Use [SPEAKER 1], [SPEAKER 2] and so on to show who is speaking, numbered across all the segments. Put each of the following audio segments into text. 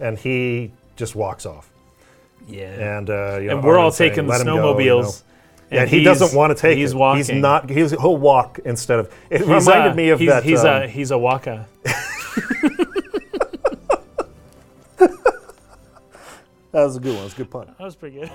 [SPEAKER 1] and he just walks off.
[SPEAKER 2] Yeah.
[SPEAKER 1] And uh, you know,
[SPEAKER 2] And we're all
[SPEAKER 1] Arno's saying,
[SPEAKER 2] taking
[SPEAKER 1] "Let him go," you know.
[SPEAKER 2] snowmobiles.
[SPEAKER 1] Yeah, and he doesn't want to take
[SPEAKER 2] He's
[SPEAKER 1] it.
[SPEAKER 2] walking.
[SPEAKER 1] He's not. He's, he'll walk instead of. It
[SPEAKER 2] He's
[SPEAKER 1] reminded
[SPEAKER 2] a-
[SPEAKER 1] me of
[SPEAKER 2] he's,
[SPEAKER 1] that.
[SPEAKER 2] He's uh,
[SPEAKER 1] um,
[SPEAKER 2] a he's a waka.
[SPEAKER 1] that was a good one. It was a good pun.
[SPEAKER 2] That was pretty good.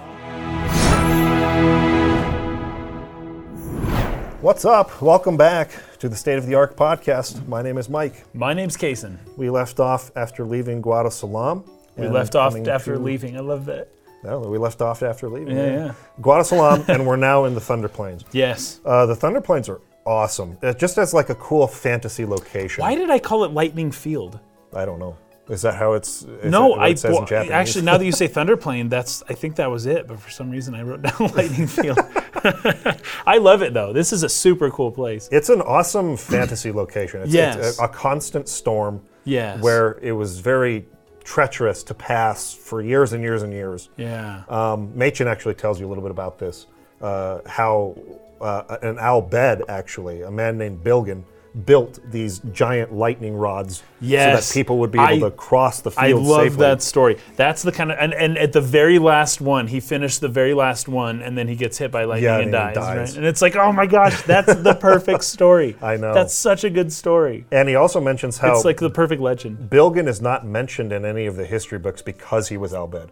[SPEAKER 1] What's up? Welcome back to the State of the Arc podcast. My name is Mike.
[SPEAKER 2] My name's Kason.
[SPEAKER 1] We left off after leaving Guadalajara.
[SPEAKER 2] We left off after leaving. I love that.
[SPEAKER 1] No, we left off after leaving.
[SPEAKER 2] Yeah, yeah.
[SPEAKER 1] Guadalajara, and we're now in the Thunder Plains.
[SPEAKER 2] Yes.
[SPEAKER 1] Uh, the Thunder Plains are awesome. Uh, just as like a cool fantasy location.
[SPEAKER 2] Why did I call it Lightning Field?
[SPEAKER 1] I don't know. Is that how it's? Is
[SPEAKER 2] no,
[SPEAKER 1] that what
[SPEAKER 2] I
[SPEAKER 1] it says in
[SPEAKER 2] well,
[SPEAKER 1] Japanese?
[SPEAKER 2] actually now that you say Thunderplane, that's I think that was it. But for some reason, I wrote down Lightning Field. I love it though. This is a super cool place.
[SPEAKER 1] It's an awesome fantasy location. It's, it's
[SPEAKER 2] Yes.
[SPEAKER 1] a, a constant storm
[SPEAKER 2] Yes.
[SPEAKER 1] where it was very treacherous to pass for years and years and years.
[SPEAKER 2] Yeah.
[SPEAKER 1] Um, Machen actually tells you a little bit about this uh, how uh, an owl bed, actually, a man named Bilgin, built these giant lightning rods so
[SPEAKER 2] Yes.
[SPEAKER 1] that people would be able
[SPEAKER 2] I-
[SPEAKER 1] to cross the field
[SPEAKER 2] I love
[SPEAKER 1] safely.
[SPEAKER 2] that story. That's the kind of and, and at the very last one, he finished the very last one, and then he gets hit by lightning
[SPEAKER 1] Yeah,
[SPEAKER 2] and
[SPEAKER 1] and he
[SPEAKER 2] dies.
[SPEAKER 1] dies.
[SPEAKER 2] Right? And it's like, oh my gosh, that's the perfect story.
[SPEAKER 1] I know. Oh.
[SPEAKER 2] That's such a good story.
[SPEAKER 1] And he also mentions how
[SPEAKER 2] It's like the perfect legend.
[SPEAKER 1] Bilgin is not mentioned in any of the history books because he was Albed.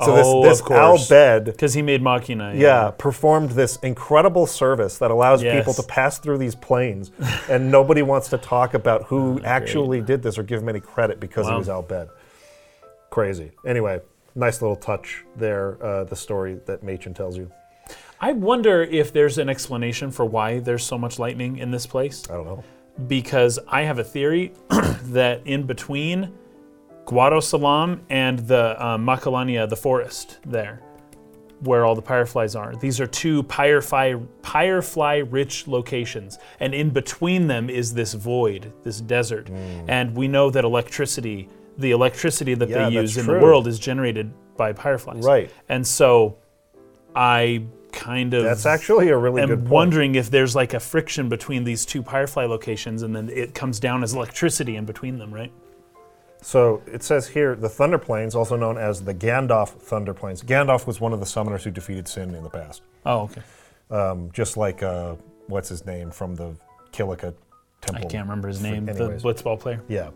[SPEAKER 1] So
[SPEAKER 2] Oh,
[SPEAKER 1] this,
[SPEAKER 2] of
[SPEAKER 1] this Al
[SPEAKER 2] course.
[SPEAKER 1] Bed
[SPEAKER 2] Because he made Machina.
[SPEAKER 1] yeah, performed this incredible service that allows
[SPEAKER 2] Yes.
[SPEAKER 1] people to pass through these planes, and nobody wants to talk about who actually did this or give him any credit because he
[SPEAKER 2] Oh, Wow.
[SPEAKER 1] was out bed. Crazy. Anyway, nice little touch there. Uh, the story that Machen tells you.
[SPEAKER 2] I wonder if there's an explanation for why there's so much lightning in this place.
[SPEAKER 1] I don't know.
[SPEAKER 2] Because I have a theory that in between Guado Salam and the uh, Makalania, the forest there, where all the fireflies are, these are two firefly, firefly rich locations. And in between them is this void, this desert.
[SPEAKER 1] Hmm.
[SPEAKER 2] And we know that electricity, the electricity that
[SPEAKER 1] Yeah,
[SPEAKER 2] they
[SPEAKER 1] that's
[SPEAKER 2] use in
[SPEAKER 1] true.
[SPEAKER 2] the world, is generated by fireflies.
[SPEAKER 1] Right.
[SPEAKER 2] And so I kind of
[SPEAKER 1] That's actually a really
[SPEAKER 2] am
[SPEAKER 1] good point.
[SPEAKER 2] wondering if there's like a friction between these two Firefly locations, and then it comes down as electricity in between them, right?
[SPEAKER 1] So it says here the Thunder Plains, also known as the Gandalf Thunder Plains. Gandalf was one of the summoners who defeated Sin in the past,
[SPEAKER 2] Oh, okay.
[SPEAKER 1] um, just like uh, what's his name from the Killica
[SPEAKER 2] I
[SPEAKER 1] Temple.
[SPEAKER 2] can't remember his name.
[SPEAKER 1] anyways.
[SPEAKER 2] The blitzball player.
[SPEAKER 1] Yeah.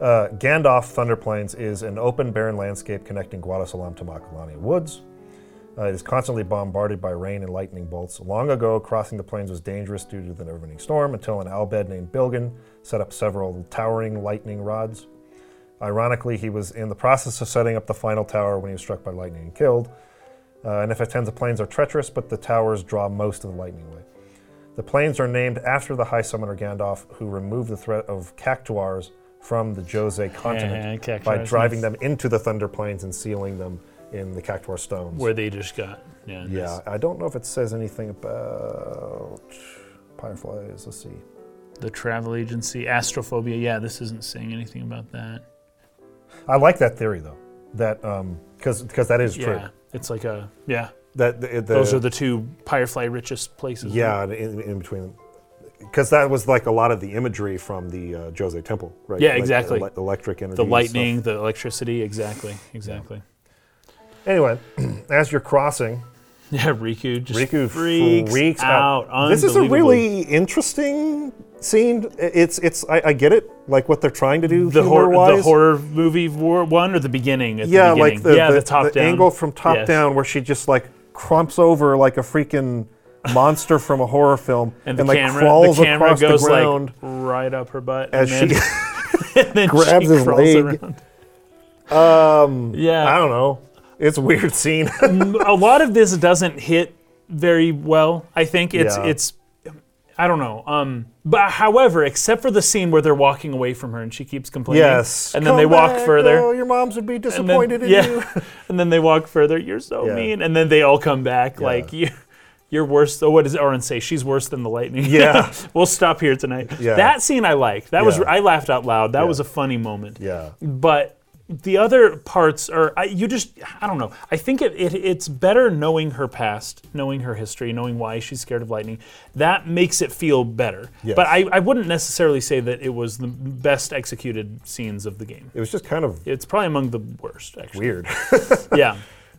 [SPEAKER 1] Uh, Gandalf Thunder Plains is an open, barren landscape connecting Guadalsalam to Makalani Woods. Uh, it is constantly bombarded by rain and lightning bolts. Long ago, crossing the plains was dangerous due to the never-ending storm until an Albed named Bilgin set up several towering lightning rods. Ironically, he was in the process of setting up the final tower when he was struck by lightning and killed. Uh, and if it tends, the plains are treacherous, but the towers draw most of the lightning away. The plains are named after the High Summoner Gandalf, who removed the threat of cactuars from the Jose continent
[SPEAKER 2] yeah,
[SPEAKER 1] by
[SPEAKER 2] cactuars,
[SPEAKER 1] driving
[SPEAKER 2] nice.
[SPEAKER 1] them into the Thunder Plains and sealing them in the cactuar stones.
[SPEAKER 2] Where they just got. Yeah.
[SPEAKER 1] yeah,
[SPEAKER 2] nice.
[SPEAKER 1] I don't know if it says anything about fireflies. Let's see.
[SPEAKER 2] The travel agency, astrophobia. Yeah, this isn't saying anything about that.
[SPEAKER 1] I like that theory though, that because because that is
[SPEAKER 2] yeah.
[SPEAKER 1] true.
[SPEAKER 2] It's like a yeah.
[SPEAKER 1] That the, the,
[SPEAKER 2] Those are the two Firefly richest places.
[SPEAKER 1] yeah and in, in between them. Because that was like a lot of the imagery from the uh, Jose Temple, right?
[SPEAKER 2] Yeah,
[SPEAKER 1] Like,
[SPEAKER 2] exactly.
[SPEAKER 1] ele- electric energy.
[SPEAKER 2] The
[SPEAKER 1] and stuff.
[SPEAKER 2] lightning, the electricity. Exactly. Exactly.
[SPEAKER 1] Anyway, as you're crossing,
[SPEAKER 2] Yeah, Riku just
[SPEAKER 1] Riku
[SPEAKER 2] freaks,
[SPEAKER 1] freaks
[SPEAKER 2] out.
[SPEAKER 1] This is a
[SPEAKER 2] unbelievably.
[SPEAKER 1] really interesting scene. I- It's it's I, I get it, like what they're trying to do
[SPEAKER 2] the horror
[SPEAKER 1] wise.
[SPEAKER 2] the horror movie war one or the beginning at
[SPEAKER 1] yeah,
[SPEAKER 2] the beginning.
[SPEAKER 1] like the,
[SPEAKER 2] yeah
[SPEAKER 1] the,
[SPEAKER 2] the top
[SPEAKER 1] the
[SPEAKER 2] down
[SPEAKER 1] angle from top
[SPEAKER 2] Yes.
[SPEAKER 1] down where she just like crumps over like a freaking monster from a horror film
[SPEAKER 2] and the
[SPEAKER 1] like
[SPEAKER 2] camera
[SPEAKER 1] crawls
[SPEAKER 2] the camera
[SPEAKER 1] across
[SPEAKER 2] goes
[SPEAKER 1] the ground
[SPEAKER 2] like right up her butt
[SPEAKER 1] as
[SPEAKER 2] and
[SPEAKER 1] she
[SPEAKER 2] then, and then
[SPEAKER 1] grabs
[SPEAKER 2] she
[SPEAKER 1] his
[SPEAKER 2] crawls
[SPEAKER 1] leg.
[SPEAKER 2] around.
[SPEAKER 1] um I
[SPEAKER 2] yeah
[SPEAKER 1] don't know. It's a weird scene.
[SPEAKER 2] a lot of this doesn't hit very well I think it's
[SPEAKER 1] Yeah.
[SPEAKER 2] it's I don't know um but however except for the scene where they're walking away from her and she keeps complaining
[SPEAKER 1] yes.
[SPEAKER 2] and then
[SPEAKER 1] Come
[SPEAKER 2] they walk
[SPEAKER 1] back,
[SPEAKER 2] further
[SPEAKER 1] Oh, your moms would be
[SPEAKER 2] and then-
[SPEAKER 1] disappointed in
[SPEAKER 2] yeah.
[SPEAKER 1] you.
[SPEAKER 2] and then they walk further. You're so
[SPEAKER 1] Yeah.
[SPEAKER 2] mean. And then they all come back like you. You're worse. Oh, what does Oren say? She's worse than the lightning.
[SPEAKER 1] Yeah.
[SPEAKER 2] we'll stop here tonight.
[SPEAKER 1] Yeah.
[SPEAKER 2] That scene I liked. That was
[SPEAKER 1] Yeah.
[SPEAKER 2] I laughed out loud. That
[SPEAKER 1] Yeah.
[SPEAKER 2] was a funny moment.
[SPEAKER 1] Yeah.
[SPEAKER 2] But the other parts are I, you just I don't know. I think it, it it's better knowing her past, knowing her history, knowing why she's scared of lightning. That makes it feel better.
[SPEAKER 1] Yes.
[SPEAKER 2] But I, I wouldn't necessarily say that it was the best executed scenes of the game.
[SPEAKER 1] It was just kind of
[SPEAKER 2] It's probably among the worst actually.
[SPEAKER 1] weird.
[SPEAKER 2] Yeah.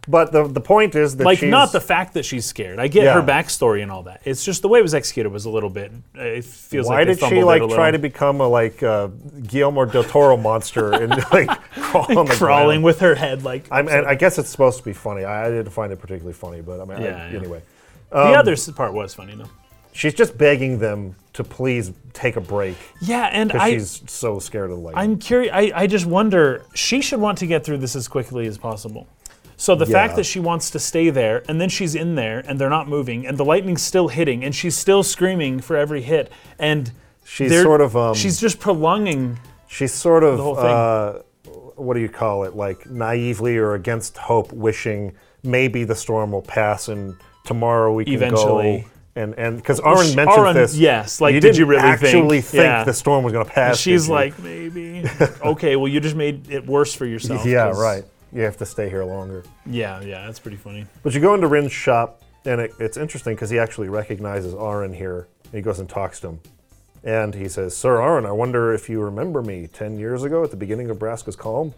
[SPEAKER 1] but the the point is that
[SPEAKER 2] Like
[SPEAKER 1] she's,
[SPEAKER 2] not the fact that she's scared. I get
[SPEAKER 1] Yeah.
[SPEAKER 2] her backstory and all that. It's just the way it was executed was a little bit. It feels
[SPEAKER 1] Why
[SPEAKER 2] like they
[SPEAKER 1] did she
[SPEAKER 2] fumbled it
[SPEAKER 1] like
[SPEAKER 2] a little.
[SPEAKER 1] try to become a like uh, Guillermo del Toro monster and like crawl on the
[SPEAKER 2] crawling
[SPEAKER 1] ground?
[SPEAKER 2] with her head like
[SPEAKER 1] I'm, and I guess it's supposed to be funny. I, I didn't find it particularly funny, but I mean, I-
[SPEAKER 2] Yeah, yeah.
[SPEAKER 1] anyway, um,
[SPEAKER 2] the other s- part was funny though.
[SPEAKER 1] she's just begging them to please take a break
[SPEAKER 2] Yeah, and
[SPEAKER 1] because
[SPEAKER 2] I
[SPEAKER 1] she's so scared of lightning.
[SPEAKER 2] I'm curious. I, I just wonder. She should want to get through this as quickly as possible. So the
[SPEAKER 1] Yeah.
[SPEAKER 2] fact that she wants to stay there, and then she's in there, and they're not moving, and the lightning's still hitting, and she's still screaming for every hit, and
[SPEAKER 1] She's
[SPEAKER 2] they're-
[SPEAKER 1] sort of, um,
[SPEAKER 2] she's just prolonging.
[SPEAKER 1] She's sort of,
[SPEAKER 2] whole thing.
[SPEAKER 1] uh, what do you call it? Like naively or against hope, wishing maybe the storm will pass and tomorrow we can
[SPEAKER 2] Eventually.
[SPEAKER 1] go. And and because Aaron mentioned
[SPEAKER 2] Aaron-
[SPEAKER 1] this,
[SPEAKER 2] yes, like,
[SPEAKER 1] you
[SPEAKER 2] did
[SPEAKER 1] didn't
[SPEAKER 2] you really think-
[SPEAKER 1] actually think,
[SPEAKER 2] yeah.
[SPEAKER 1] the storm was going to pass?
[SPEAKER 2] She's
[SPEAKER 1] did you?
[SPEAKER 2] like, maybe, okay, well, you just made it worse for yourself.
[SPEAKER 1] yeah,
[SPEAKER 2] "Oh, 'cause-
[SPEAKER 1] right. You have to stay here longer.
[SPEAKER 2] Yeah, yeah, that's pretty funny.
[SPEAKER 1] But you go into Rin's shop, and it, it's interesting because he actually recognizes Aaron here. And he goes and talks to him. And he says, Sir Aaron, I wonder if you remember me 10 years ago at the beginning of Braska's Calm?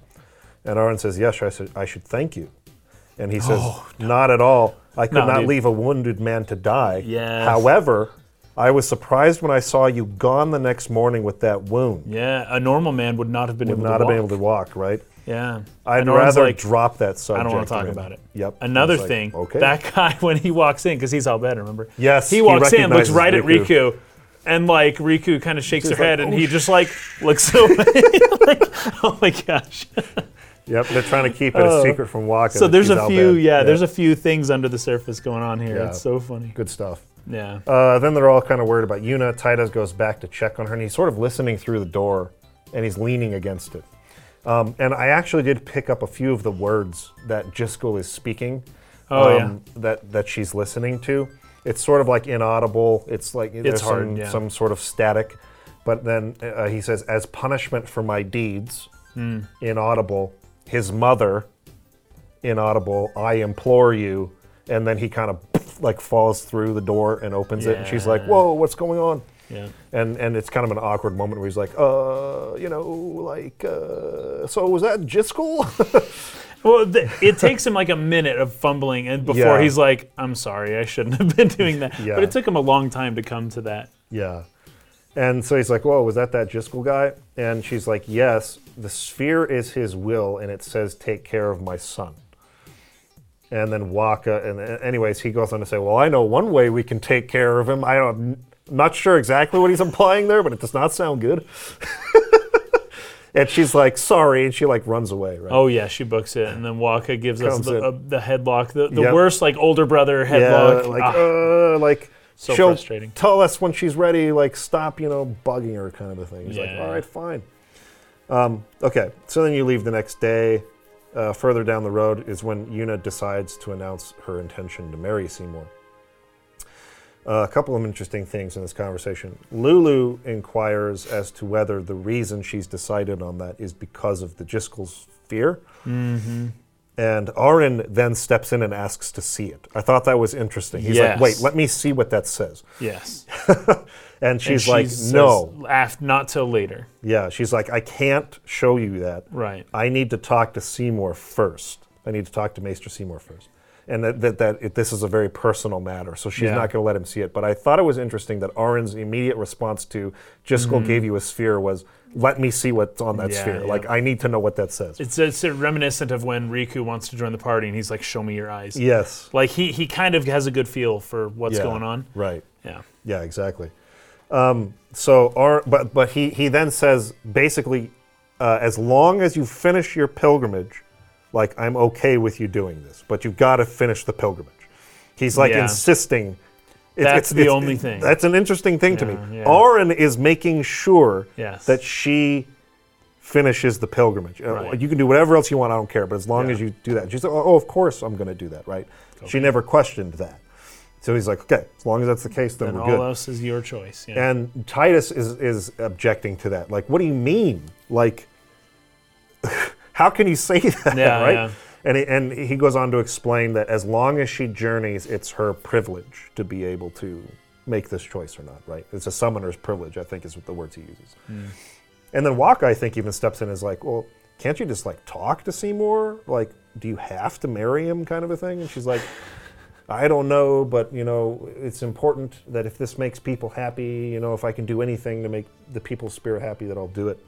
[SPEAKER 1] And Aaron says, Yes, I should, I should thank you. And he says, Not at all. I could
[SPEAKER 2] Oh, No,
[SPEAKER 1] not
[SPEAKER 2] dude.
[SPEAKER 1] leave a wounded man to die.
[SPEAKER 2] Yes.
[SPEAKER 1] However, I was surprised when I saw you gone the next morning with that wound.
[SPEAKER 2] Yeah, a normal man would not have been
[SPEAKER 1] Would
[SPEAKER 2] able
[SPEAKER 1] not
[SPEAKER 2] to
[SPEAKER 1] have
[SPEAKER 2] walk.
[SPEAKER 1] been able to walk, right?
[SPEAKER 2] yeah,
[SPEAKER 1] I'd
[SPEAKER 2] And Aaron's
[SPEAKER 1] rather
[SPEAKER 2] like,
[SPEAKER 1] drop that subject.
[SPEAKER 2] I don't want to talk
[SPEAKER 1] Rin.
[SPEAKER 2] about it.
[SPEAKER 1] Yep. I
[SPEAKER 2] Another
[SPEAKER 1] was like,
[SPEAKER 2] thing.
[SPEAKER 1] Okay.
[SPEAKER 2] That guy when he walks in, because he's all bad, remember?
[SPEAKER 1] Yes,
[SPEAKER 2] He
[SPEAKER 1] he
[SPEAKER 2] walks in, looks
[SPEAKER 1] recognizes
[SPEAKER 2] right at
[SPEAKER 1] Riku.
[SPEAKER 2] Riku, and like Riku kind of shakes her
[SPEAKER 1] She's
[SPEAKER 2] head,
[SPEAKER 1] like,
[SPEAKER 2] and
[SPEAKER 1] "Oh,
[SPEAKER 2] he just like looks away. like, oh my gosh!
[SPEAKER 1] Yep, they're trying to keep it a secret from Walker.
[SPEAKER 2] Oh. So there's a few, yeah, there's a few things under the surface going on here.
[SPEAKER 1] Yeah.
[SPEAKER 2] It's so funny.
[SPEAKER 1] good stuff.
[SPEAKER 2] Yeah.
[SPEAKER 1] Uh, then they're all kind of worried about Yuna. Titus goes back to check on her, and he's sort of listening through the door, and he's leaning against it. Um, and I actually did pick up a few of the words that Jiskel is speaking. um,
[SPEAKER 2] Oh,
[SPEAKER 1] That that she's listening to. It's sort of like inaudible. It's like there's
[SPEAKER 2] hard,
[SPEAKER 1] some,
[SPEAKER 2] yeah.
[SPEAKER 1] some sort of static. But then uh, he says, as punishment for my deeds,
[SPEAKER 2] Hmm.
[SPEAKER 1] inaudible. His mother, inaudible. I implore you. And then he kind of like falls through the door and opens it, and she's like,
[SPEAKER 2] Yeah.
[SPEAKER 1] "Whoa, what's going on?"
[SPEAKER 2] yeah.
[SPEAKER 1] And and it's kind of an awkward moment where he's like, "Uh, you know, like, uh, so was that Jiskel?"
[SPEAKER 2] Well, th- it takes him like a minute of fumbling, and before
[SPEAKER 1] Yeah.
[SPEAKER 2] he's like, "I'm sorry, I shouldn't have been doing that."
[SPEAKER 1] Yeah.
[SPEAKER 2] But it took him a long time to come to that.
[SPEAKER 1] Yeah. And so he's like, Whoa, was that that Jiskel guy? And she's like, Yes, the sphere is his will, and it says, Take care of my son. And then Waka, and and anyways, he goes on to say, Well, I know one way we can take care of him. I don't, not sure exactly what he's implying there, but it does not sound good. and she's like, Sorry. And she like runs away, right?
[SPEAKER 2] Oh yeah, she books it, and then Waka gives us
[SPEAKER 1] Comes
[SPEAKER 2] the,
[SPEAKER 1] in.
[SPEAKER 2] uh, the headlock, the, the
[SPEAKER 1] Yep.
[SPEAKER 2] worst like older brother headlock.
[SPEAKER 1] like,
[SPEAKER 2] Ah,
[SPEAKER 1] uh, like,
[SPEAKER 2] So
[SPEAKER 1] she'll
[SPEAKER 2] frustrating.
[SPEAKER 1] tell us when she's ready, like, stop, you know, bugging her kind of a thing. He's like,
[SPEAKER 2] Yeah.
[SPEAKER 1] all right, fine. Um, okay, so then you leave the next day. Uh, further down the road is when Yuna decides to announce her intention to marry Seymour. Uh, a couple of interesting things in this conversation. Lulu inquires as to whether the reason she's decided on that is because of the Jiskel's fear.
[SPEAKER 2] Mm-hmm.
[SPEAKER 1] And Arin then steps in and asks to see it. I thought that was interesting. He's
[SPEAKER 2] Yes.
[SPEAKER 1] like, wait, let me see what that says.
[SPEAKER 2] yes. And
[SPEAKER 1] And she's
[SPEAKER 2] she
[SPEAKER 1] like,
[SPEAKER 2] says,
[SPEAKER 1] no.
[SPEAKER 2] af- not till later.
[SPEAKER 1] Yeah, she's like, I can't show you that.
[SPEAKER 2] Right.
[SPEAKER 1] I need to talk to Seymour first. I need to talk to Maester Seymour first. And that, that, that it, this is a very personal matter, so she's
[SPEAKER 2] Yeah.
[SPEAKER 1] not going to let him see it. But I thought it was interesting that Arin's immediate response to Jiskel gave you a sphere was, let me see what's on that
[SPEAKER 2] Mm-hmm. Yeah,
[SPEAKER 1] sphere.
[SPEAKER 2] yeah.
[SPEAKER 1] Like, I need to know what that says.
[SPEAKER 2] It's, it's reminiscent of when Riku wants to join the party, and he's like, "Show me your eyes."
[SPEAKER 1] yes.
[SPEAKER 2] Like he he kind of has a good feel for what's
[SPEAKER 1] Yeah,
[SPEAKER 2] going on.
[SPEAKER 1] Right.
[SPEAKER 2] Yeah.
[SPEAKER 1] Yeah, exactly. Um, so, our, but but he he then says basically, uh, as long as you finish your pilgrimage, like I'm okay with you doing this, but you've got to finish the pilgrimage. He's like
[SPEAKER 2] Yeah.
[SPEAKER 1] insisting. It-
[SPEAKER 2] That's the only thing.
[SPEAKER 1] That's an interesting thing to me.
[SPEAKER 2] Yeah, yeah.
[SPEAKER 1] Auron is making sure
[SPEAKER 2] Yes.
[SPEAKER 1] that she finishes the pilgrimage. Uh,
[SPEAKER 2] Right.
[SPEAKER 1] You can do whatever else you want. I don't care. But as long
[SPEAKER 2] Yeah.
[SPEAKER 1] as you do that, she's like, oh, of course I'm going to do that, right? She never questioned that. So he's like, okay, as long as that's the case, then
[SPEAKER 2] And
[SPEAKER 1] we're
[SPEAKER 2] all
[SPEAKER 1] good.
[SPEAKER 2] else is your choice. Yeah.
[SPEAKER 1] And Titus is, is objecting to that. Like, what do you mean? Like, how can you say that,
[SPEAKER 2] Yeah,
[SPEAKER 1] right?
[SPEAKER 2] yeah.
[SPEAKER 1] And, he, and he goes on to explain that as long as she journeys, it's her privilege to be able to make this choice or not, right? It's a summoner's privilege, I think, is what the words he uses.
[SPEAKER 2] Hmm.
[SPEAKER 1] And then Waka, I think, even steps in and is like, well, can't you just like talk to Seymour? Like, do you have to marry him, kind of a thing? And she's like, I don't know, but you know, it's important that if this makes people happy, you know, if I can do anything to make the people's spirit happy, that I'll do it.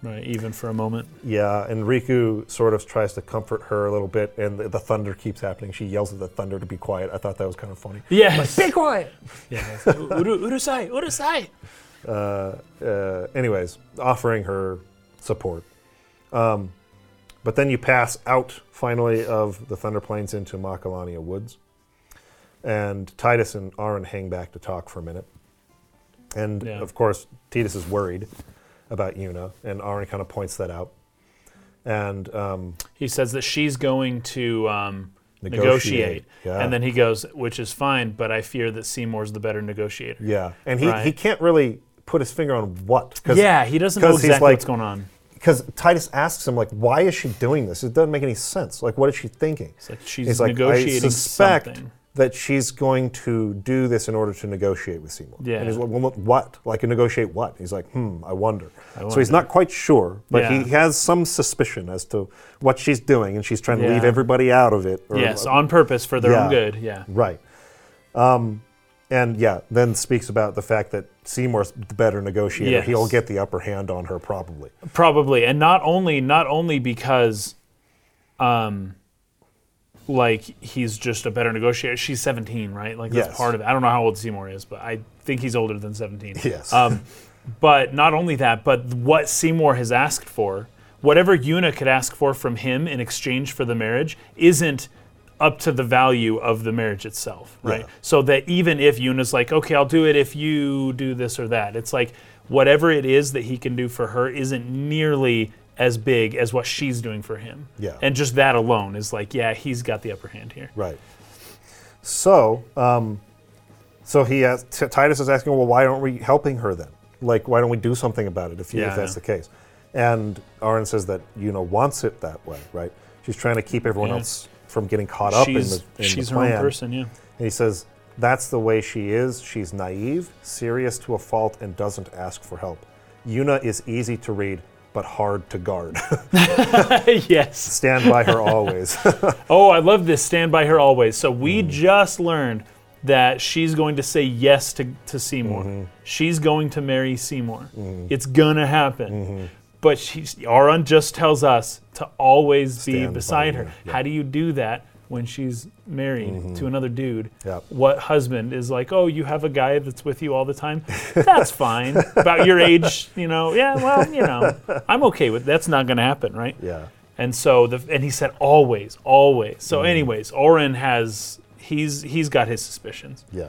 [SPEAKER 2] Right, even for a moment.
[SPEAKER 1] Yeah, and Riku sort of tries to comfort her a little bit, and the, the thunder keeps happening. She yells at the thunder to be quiet. I thought that was kind of funny.
[SPEAKER 2] Yes.
[SPEAKER 1] Be quiet.
[SPEAKER 2] yes. Uru, urusai, urusai.
[SPEAKER 1] uh, uh, anyways, offering her support. Um, but then you pass out finally of the Thunder Plains into Makalania Woods, and Titus and Arin hang back to talk for a minute. And
[SPEAKER 2] Yeah.
[SPEAKER 1] of course, Titus is worried about Yuna, and Arin kind of points that out. And um,
[SPEAKER 2] He says that she's going to um,
[SPEAKER 1] Negotiate,
[SPEAKER 2] negotiate.
[SPEAKER 1] yeah.
[SPEAKER 2] And then he goes, which is fine, but I fear that Seymour's the better negotiator.
[SPEAKER 1] yeah, and he, he
[SPEAKER 2] Right.
[SPEAKER 1] can't really put his finger on what. Cause,
[SPEAKER 2] yeah, he doesn't know
[SPEAKER 1] 'cause he's
[SPEAKER 2] exactly
[SPEAKER 1] like-
[SPEAKER 2] what's going on.
[SPEAKER 1] Because Titus asks him, like, why is she doing this? It doesn't make any sense. Like, what is she thinking?
[SPEAKER 2] It's like she's
[SPEAKER 1] He's like, I
[SPEAKER 2] negotiating
[SPEAKER 1] suspect
[SPEAKER 2] something.
[SPEAKER 1] that she's going to do this in order to negotiate with Seymour.
[SPEAKER 2] Yeah.
[SPEAKER 1] And he's like, well, what? Like, negotiate what? He's like, hmm, I wonder. So he's
[SPEAKER 2] wonder.
[SPEAKER 1] not quite sure, but
[SPEAKER 2] Yeah.
[SPEAKER 1] he has some suspicion as to what she's doing, and she's trying to leave
[SPEAKER 2] Yeah.
[SPEAKER 1] everybody out of it. or-
[SPEAKER 2] Yes, on purpose for their
[SPEAKER 1] Yeah.
[SPEAKER 2] own good. Yeah.
[SPEAKER 1] Right. Um, and yeah, then speaks about the fact that Seymour's the better negotiator.
[SPEAKER 2] Yes.
[SPEAKER 1] He'll get the upper hand on her probably.
[SPEAKER 2] probably and not only not only because um like he's just a better negotiator she's 17 right like that's
[SPEAKER 1] Yes.
[SPEAKER 2] part of it i don't know how old seymour is but i think he's older than 17
[SPEAKER 1] Yes.
[SPEAKER 2] um, but not only that but what seymour has asked for whatever una could ask for from him in exchange for the marriage isn't up to the value of the marriage itself right
[SPEAKER 1] Yeah.
[SPEAKER 2] so that even if Yuna's like, okay, I'll do it if you do this or that, it's like whatever it is that he can do for her isn't nearly as big as what she's doing for him.
[SPEAKER 1] Yeah.
[SPEAKER 2] And just that alone is like, yeah, he's got the upper hand here.
[SPEAKER 1] Right. So, um, so he has, T- Titus is asking, well, why aren't we helping her then? Like, why don't we do something about it if, you, if
[SPEAKER 2] Yeah.
[SPEAKER 1] that's the case? And Aaron says that you know wants it that way, right? She's trying to keep everyone
[SPEAKER 2] Yeah.
[SPEAKER 1] else from getting caught up
[SPEAKER 2] she's
[SPEAKER 1] in the, in
[SPEAKER 2] she's
[SPEAKER 1] the
[SPEAKER 2] her
[SPEAKER 1] plan.
[SPEAKER 2] own person, yeah.
[SPEAKER 1] And he says that's the way she is. She's naive, serious to a fault, and doesn't ask for help. Yuna is easy to read, but hard to guard.
[SPEAKER 2] yes.
[SPEAKER 1] Stand by her always.
[SPEAKER 2] Oh, I love this. Stand by her always. So we
[SPEAKER 1] Mm.
[SPEAKER 2] just learned that she's going to say yes to, to Seymour.
[SPEAKER 1] Mm-hmm.
[SPEAKER 2] She's going to marry Seymour. It's gonna happen.
[SPEAKER 1] Mm-hmm.
[SPEAKER 2] But she, Aron just tells us to always
[SPEAKER 1] Stand
[SPEAKER 2] be
[SPEAKER 1] by
[SPEAKER 2] beside her.
[SPEAKER 1] her, yeah. Mm-hmm.
[SPEAKER 2] How do you do that when she's married to another dude?
[SPEAKER 1] Yep.
[SPEAKER 2] What husband is like? Oh, you have a guy that's with you all the time. That's fine. About your age, you know. Yeah, well, you know, I'm okay with. That's not gonna happen, right?
[SPEAKER 1] yeah.
[SPEAKER 2] And so the and he said always, always. So anyways, Oren has he's he's got his suspicions.
[SPEAKER 1] Yeah.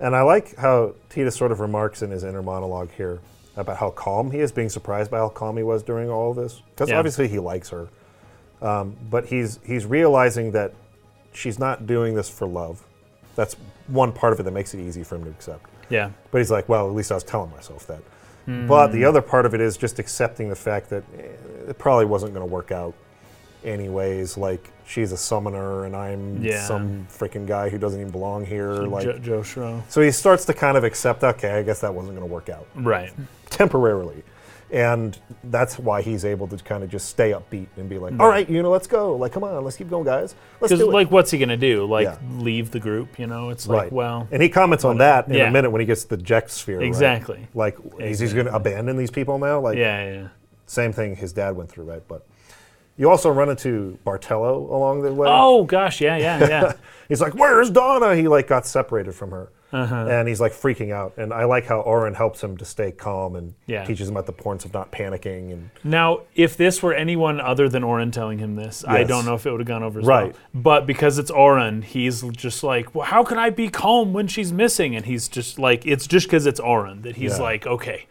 [SPEAKER 1] And I like how Tita sort of remarks in his inner monologue here about how calm he is, being surprised by how calm he was during all of this. Because
[SPEAKER 2] Yeah.
[SPEAKER 1] obviously he likes her. Um, but he's, he's realizing that she's not doing this for love. That's one part of it that makes it easy for him to accept.
[SPEAKER 2] Yeah.
[SPEAKER 1] But he's like, well, at least I was telling myself that. But the other part of it is just accepting the fact that eh, it probably wasn't going to work out anyways. Like, she's a summoner and I'm
[SPEAKER 2] Yeah.
[SPEAKER 1] some freaking guy who doesn't even belong here. Like,
[SPEAKER 2] Jo- Joe Schro.
[SPEAKER 1] so he starts to kind of accept, okay, I guess that wasn't going to work out
[SPEAKER 2] Right.
[SPEAKER 1] temporarily. And that's why he's able to kind of just stay upbeat and be like, all right, you know, let's go. Like, come on, let's keep going, guys. Let's
[SPEAKER 2] Because
[SPEAKER 1] do it.
[SPEAKER 2] like what's he gonna do? Like
[SPEAKER 1] Yeah.
[SPEAKER 2] leave the group, you know? It's
[SPEAKER 1] right.
[SPEAKER 2] like well
[SPEAKER 1] and he comments on that in a
[SPEAKER 2] Yeah.
[SPEAKER 1] minute when he gets to the Ject sphere. right?
[SPEAKER 2] Exactly.
[SPEAKER 1] Like, is he going to abandon these people now? Like,
[SPEAKER 2] Yeah, yeah.
[SPEAKER 1] same thing his dad went through, right? But you also run into Bartello along the way.
[SPEAKER 2] Oh gosh, yeah, yeah, yeah.
[SPEAKER 1] He's like, "Where's Donna?" He like got separated from her,
[SPEAKER 2] Uh-huh.
[SPEAKER 1] and he's like freaking out. And I like how Oren helps him to stay calm and
[SPEAKER 2] Yeah.
[SPEAKER 1] teaches him about the importance of not panicking. And
[SPEAKER 2] Now, if this were anyone other than Oren telling him this, I
[SPEAKER 1] Yes.
[SPEAKER 2] don't know if it would have gone over as
[SPEAKER 1] Right.
[SPEAKER 2] well. But because it's Oren, he's just like, well, how can I be calm when she's missing? And he's just like, it's just because it's Oren that he's
[SPEAKER 1] Yeah.
[SPEAKER 2] like, okay,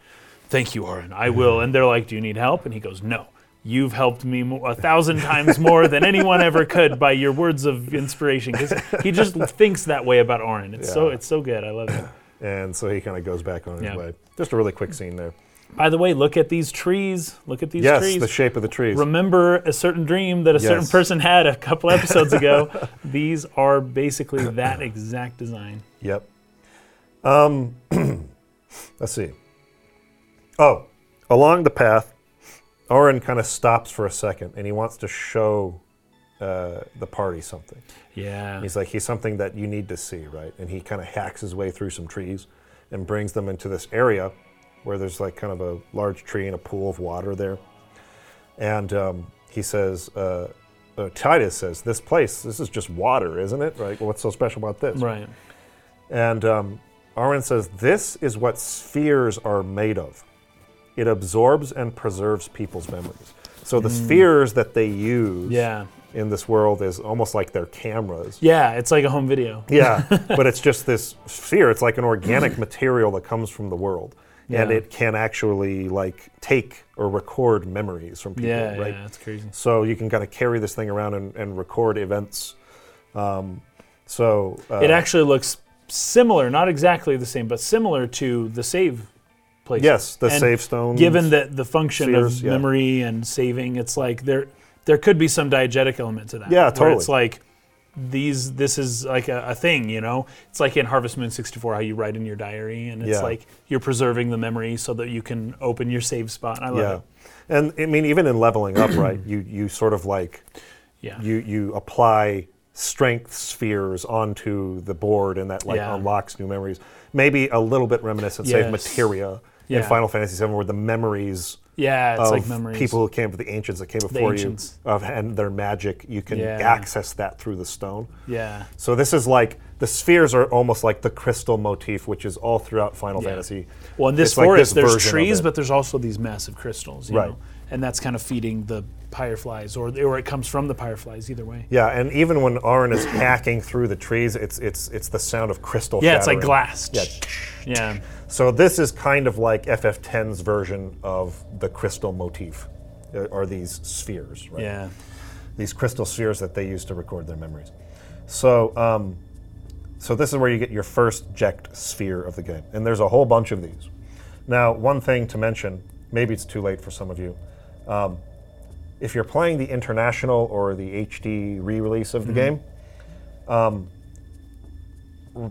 [SPEAKER 2] thank you, Oren, I will. And they're like, do you need help? And he goes, no. You've helped me mo- a thousand times more than anyone ever could by your words of inspiration. Because he just thinks that way about Oren. It's so
[SPEAKER 1] Yeah.
[SPEAKER 2] it's so good. I love it.
[SPEAKER 1] and so he kind of goes back on his
[SPEAKER 2] Yeah.
[SPEAKER 1] way. Just a really quick scene there.
[SPEAKER 2] By the way, look at these trees. Look at these
[SPEAKER 1] yes,
[SPEAKER 2] trees.
[SPEAKER 1] the shape of the trees.
[SPEAKER 2] Remember a certain dream that a certain
[SPEAKER 1] Yes.
[SPEAKER 2] person had a couple episodes ago. These are basically that exact design.
[SPEAKER 1] Yep. Um, let's see. Oh, along the path, Oren kind of stops for a second and he wants to show uh, the party something.
[SPEAKER 2] Yeah.
[SPEAKER 1] He's like, he's something that you need to see, right? And he kind of hacks his way through some trees and brings them into this area where there's like kind of a large tree and a pool of water there. And um, he says, uh, uh, Titus says, this place, this is just water, isn't it? Right? What's so special about this?
[SPEAKER 2] Right.
[SPEAKER 1] And um, Arwen says, This is what spheres are made of. It absorbs and preserves people's memories. So the spheres that they use
[SPEAKER 2] Hmm. Yeah.
[SPEAKER 1] in this world is almost like their cameras.
[SPEAKER 2] Yeah, it's like a home video.
[SPEAKER 1] Yeah, but it's just this sphere. It's like an organic material that comes from the world. And
[SPEAKER 2] Yeah.
[SPEAKER 1] it can actually like take or record memories from people,
[SPEAKER 2] Yeah,
[SPEAKER 1] right?
[SPEAKER 2] yeah, that's crazy.
[SPEAKER 1] So you can kind of carry this thing around and, and record events. Um, so uh,
[SPEAKER 2] it actually looks similar, not exactly the same, but similar to the save place.
[SPEAKER 1] yes, the
[SPEAKER 2] And
[SPEAKER 1] save stones.
[SPEAKER 2] Given that the function
[SPEAKER 1] Mm. Spheres,
[SPEAKER 2] of
[SPEAKER 1] yeah.
[SPEAKER 2] memory and saving, it's like there there could be some diegetic element to that.
[SPEAKER 1] Yeah,
[SPEAKER 2] where
[SPEAKER 1] totally.
[SPEAKER 2] it's like these this is like a, a thing, you know. It's like in Harvest Moon 64 how you write in your diary and it's
[SPEAKER 1] Yeah.
[SPEAKER 2] like you're preserving the memory so that you can open your save spot. I love
[SPEAKER 1] yeah
[SPEAKER 2] it.
[SPEAKER 1] and i mean even in leveling up right you you sort of like
[SPEAKER 2] Yeah.
[SPEAKER 1] you you apply strength spheres onto the board and that like
[SPEAKER 2] Yeah.
[SPEAKER 1] unlocks new memories maybe a little bit reminiscent say of
[SPEAKER 2] Yes.
[SPEAKER 1] materia
[SPEAKER 2] Yeah.
[SPEAKER 1] in final fantasy VII, where the memories
[SPEAKER 2] yeah, it's
[SPEAKER 1] of
[SPEAKER 2] like memories.
[SPEAKER 1] people who came the ancients that came before you
[SPEAKER 2] ancients.
[SPEAKER 1] of and their magic you can
[SPEAKER 2] Yeah.
[SPEAKER 1] access that through the stone
[SPEAKER 2] yeah.
[SPEAKER 1] so this is like the spheres are almost like the crystal motif which is all throughout final
[SPEAKER 2] Yeah.
[SPEAKER 1] fantasy
[SPEAKER 2] Well, in this
[SPEAKER 1] It's like
[SPEAKER 2] forest,
[SPEAKER 1] this
[SPEAKER 2] there's
[SPEAKER 1] version of
[SPEAKER 2] trees,
[SPEAKER 1] it.
[SPEAKER 2] but there's also these massive crystals, you
[SPEAKER 1] Right.
[SPEAKER 2] know, and that's kind of feeding the fireflies, or or it comes from the fireflies. Either way,
[SPEAKER 1] Yeah, and even when Arn is hacking through the trees, it's it's it's the sound of crystal.
[SPEAKER 2] yeah, it's like
[SPEAKER 1] shattering.
[SPEAKER 2] glass.
[SPEAKER 1] Yeah.
[SPEAKER 2] Yeah,
[SPEAKER 1] So this is kind of like FF10's version of the crystal motif, uh, are these spheres, right?
[SPEAKER 2] yeah,
[SPEAKER 1] These crystal spheres that they use to record their memories. So, um, so this is where you get your first ject sphere of the game, and there's a whole bunch of these. Now, one thing to mention, maybe it's too late for some of you. Um, if you're playing the international or the HD re-release of the game, um,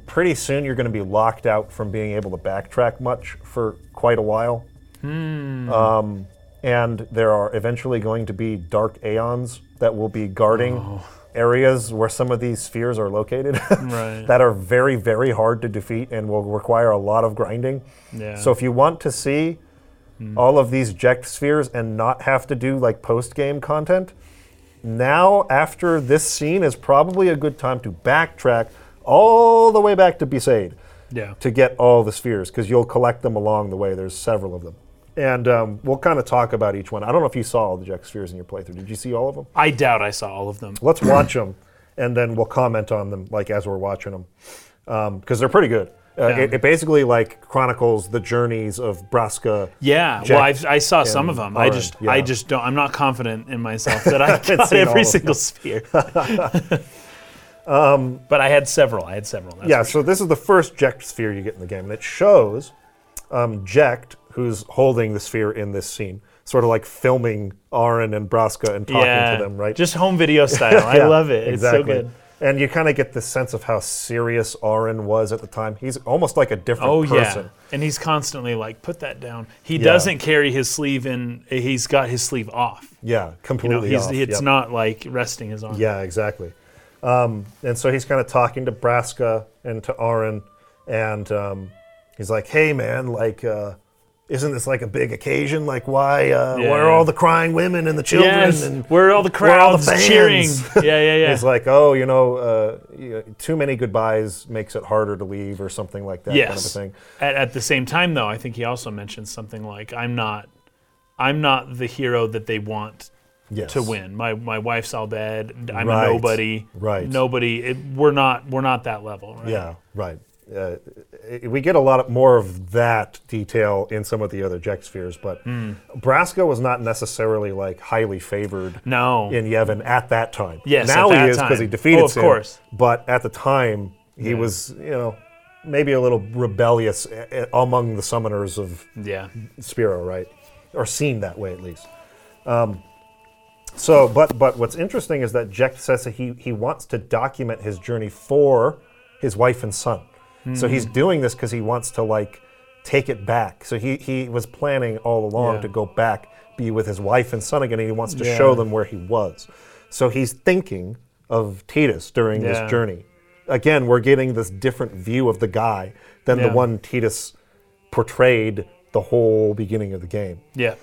[SPEAKER 1] pretty soon you're going to be locked out from being able to backtrack much for quite a while. Um, and there are eventually going to be dark aeons that will be guarding areas where some of these spheres are located
[SPEAKER 2] Right.
[SPEAKER 1] that are very, very hard to defeat and will require a lot of grinding.
[SPEAKER 2] yeah.
[SPEAKER 1] So if you want to see all of these ject spheres and not have to do like post game content, now after this scene is probably a good time to backtrack all the way back to Besaid
[SPEAKER 2] yeah,
[SPEAKER 1] to get all the spheres because you'll collect them along the way. There's several of them. And um, we'll kind of talk about each one. I don't know if you saw all the ject spheres in your playthrough. Did you see all of them?
[SPEAKER 2] I doubt I saw all of them.
[SPEAKER 1] Let's watch them, and then we'll comment on them like as we're watching them, because they're pretty good. Uh,
[SPEAKER 2] Yeah.
[SPEAKER 1] it, it basically like chronicles the journeys of Braska.
[SPEAKER 2] Yeah,
[SPEAKER 1] Jack
[SPEAKER 2] well, I've, I saw some of
[SPEAKER 1] and
[SPEAKER 2] them. I
[SPEAKER 1] Oren,
[SPEAKER 2] just,
[SPEAKER 1] yeah.
[SPEAKER 2] I just don't. I'm not confident in myself that I got
[SPEAKER 1] seen all
[SPEAKER 2] every
[SPEAKER 1] of
[SPEAKER 2] single sphere. but I had several. I had several. That's
[SPEAKER 1] Um, Yeah, so this is the first Jekt sphere you get in the game, and it shows um, Jekt, who's holding the sphere in this scene, sort of like filming Arin and Braska and
[SPEAKER 2] for-
[SPEAKER 1] talking
[SPEAKER 2] yeah,
[SPEAKER 1] to them, right?
[SPEAKER 2] Just home video style. I
[SPEAKER 1] Yeah,
[SPEAKER 2] love it. It's so good.
[SPEAKER 1] And you kind of get this sense of how serious Arin was at the time. He's almost like a different
[SPEAKER 2] Oh
[SPEAKER 1] person.
[SPEAKER 2] yeah, and he's constantly like, "Put that down." He
[SPEAKER 1] Yeah.
[SPEAKER 2] doesn't carry his sleeve in; he's got his sleeve off.
[SPEAKER 1] Yeah,
[SPEAKER 2] You know,
[SPEAKER 1] completely.
[SPEAKER 2] he's
[SPEAKER 1] off.
[SPEAKER 2] it's
[SPEAKER 1] Yep.
[SPEAKER 2] not like resting his arm.
[SPEAKER 1] Yeah, exactly. Um, and so he's kind of talking to Braska and to Arin, and um, he's like, "Hey, man, like, uh, isn't this like a big occasion? Like, why, uh, why are
[SPEAKER 2] Yeah.
[SPEAKER 1] all the crying women and the children?"
[SPEAKER 2] Yes,
[SPEAKER 1] And
[SPEAKER 2] where are all the
[SPEAKER 1] where are all the fans?
[SPEAKER 2] crowds cheering? Yeah, yeah, yeah.
[SPEAKER 1] he's like, "Oh, you know, uh, y- too many goodbyes makes it harder to leave, or something like that kind of a
[SPEAKER 2] yes.
[SPEAKER 1] thing."
[SPEAKER 2] At, at the same time, though, I think he also mentions something like, "I'm not, I'm not the hero that they want
[SPEAKER 1] Yes.
[SPEAKER 2] to win. My my wife's all bad. I'm
[SPEAKER 1] Right,
[SPEAKER 2] a nobody.
[SPEAKER 1] right.
[SPEAKER 2] Nobody. It, we're not. We're not that level. Right?
[SPEAKER 1] Yeah, right. Uh, i- we get a lot of, more of that detail in some of the other Jekt spheres, but
[SPEAKER 2] Hmm.
[SPEAKER 1] Braska was not necessarily like highly favored.
[SPEAKER 2] No.
[SPEAKER 1] in Yevon at that time.
[SPEAKER 2] Yes,
[SPEAKER 1] now
[SPEAKER 2] at that
[SPEAKER 1] he is because
[SPEAKER 2] time.
[SPEAKER 1] he defeated
[SPEAKER 2] Oh, of
[SPEAKER 1] Sin,
[SPEAKER 2] course.
[SPEAKER 1] But at the time, he was you know maybe a little rebellious eh, eh, among the summoners of
[SPEAKER 2] Yeah.
[SPEAKER 1] Spiro, right? Or seen that way at least. Um, so, but but what's interesting is that Jack says that he he wants to document his journey for his wife and son.
[SPEAKER 2] Hmm.
[SPEAKER 1] So he's doing this because he wants to like take it back. So he he was planning all along
[SPEAKER 2] Yeah.
[SPEAKER 1] to go back, be with his wife and son again, and he wants to
[SPEAKER 2] Yeah.
[SPEAKER 1] show them where he was. So he's thinking of Titus during
[SPEAKER 2] Yeah.
[SPEAKER 1] this journey. Again, we're getting this different view of the guy than
[SPEAKER 2] Yeah.
[SPEAKER 1] the one Titus portrayed the whole beginning of the game.
[SPEAKER 2] Yeah.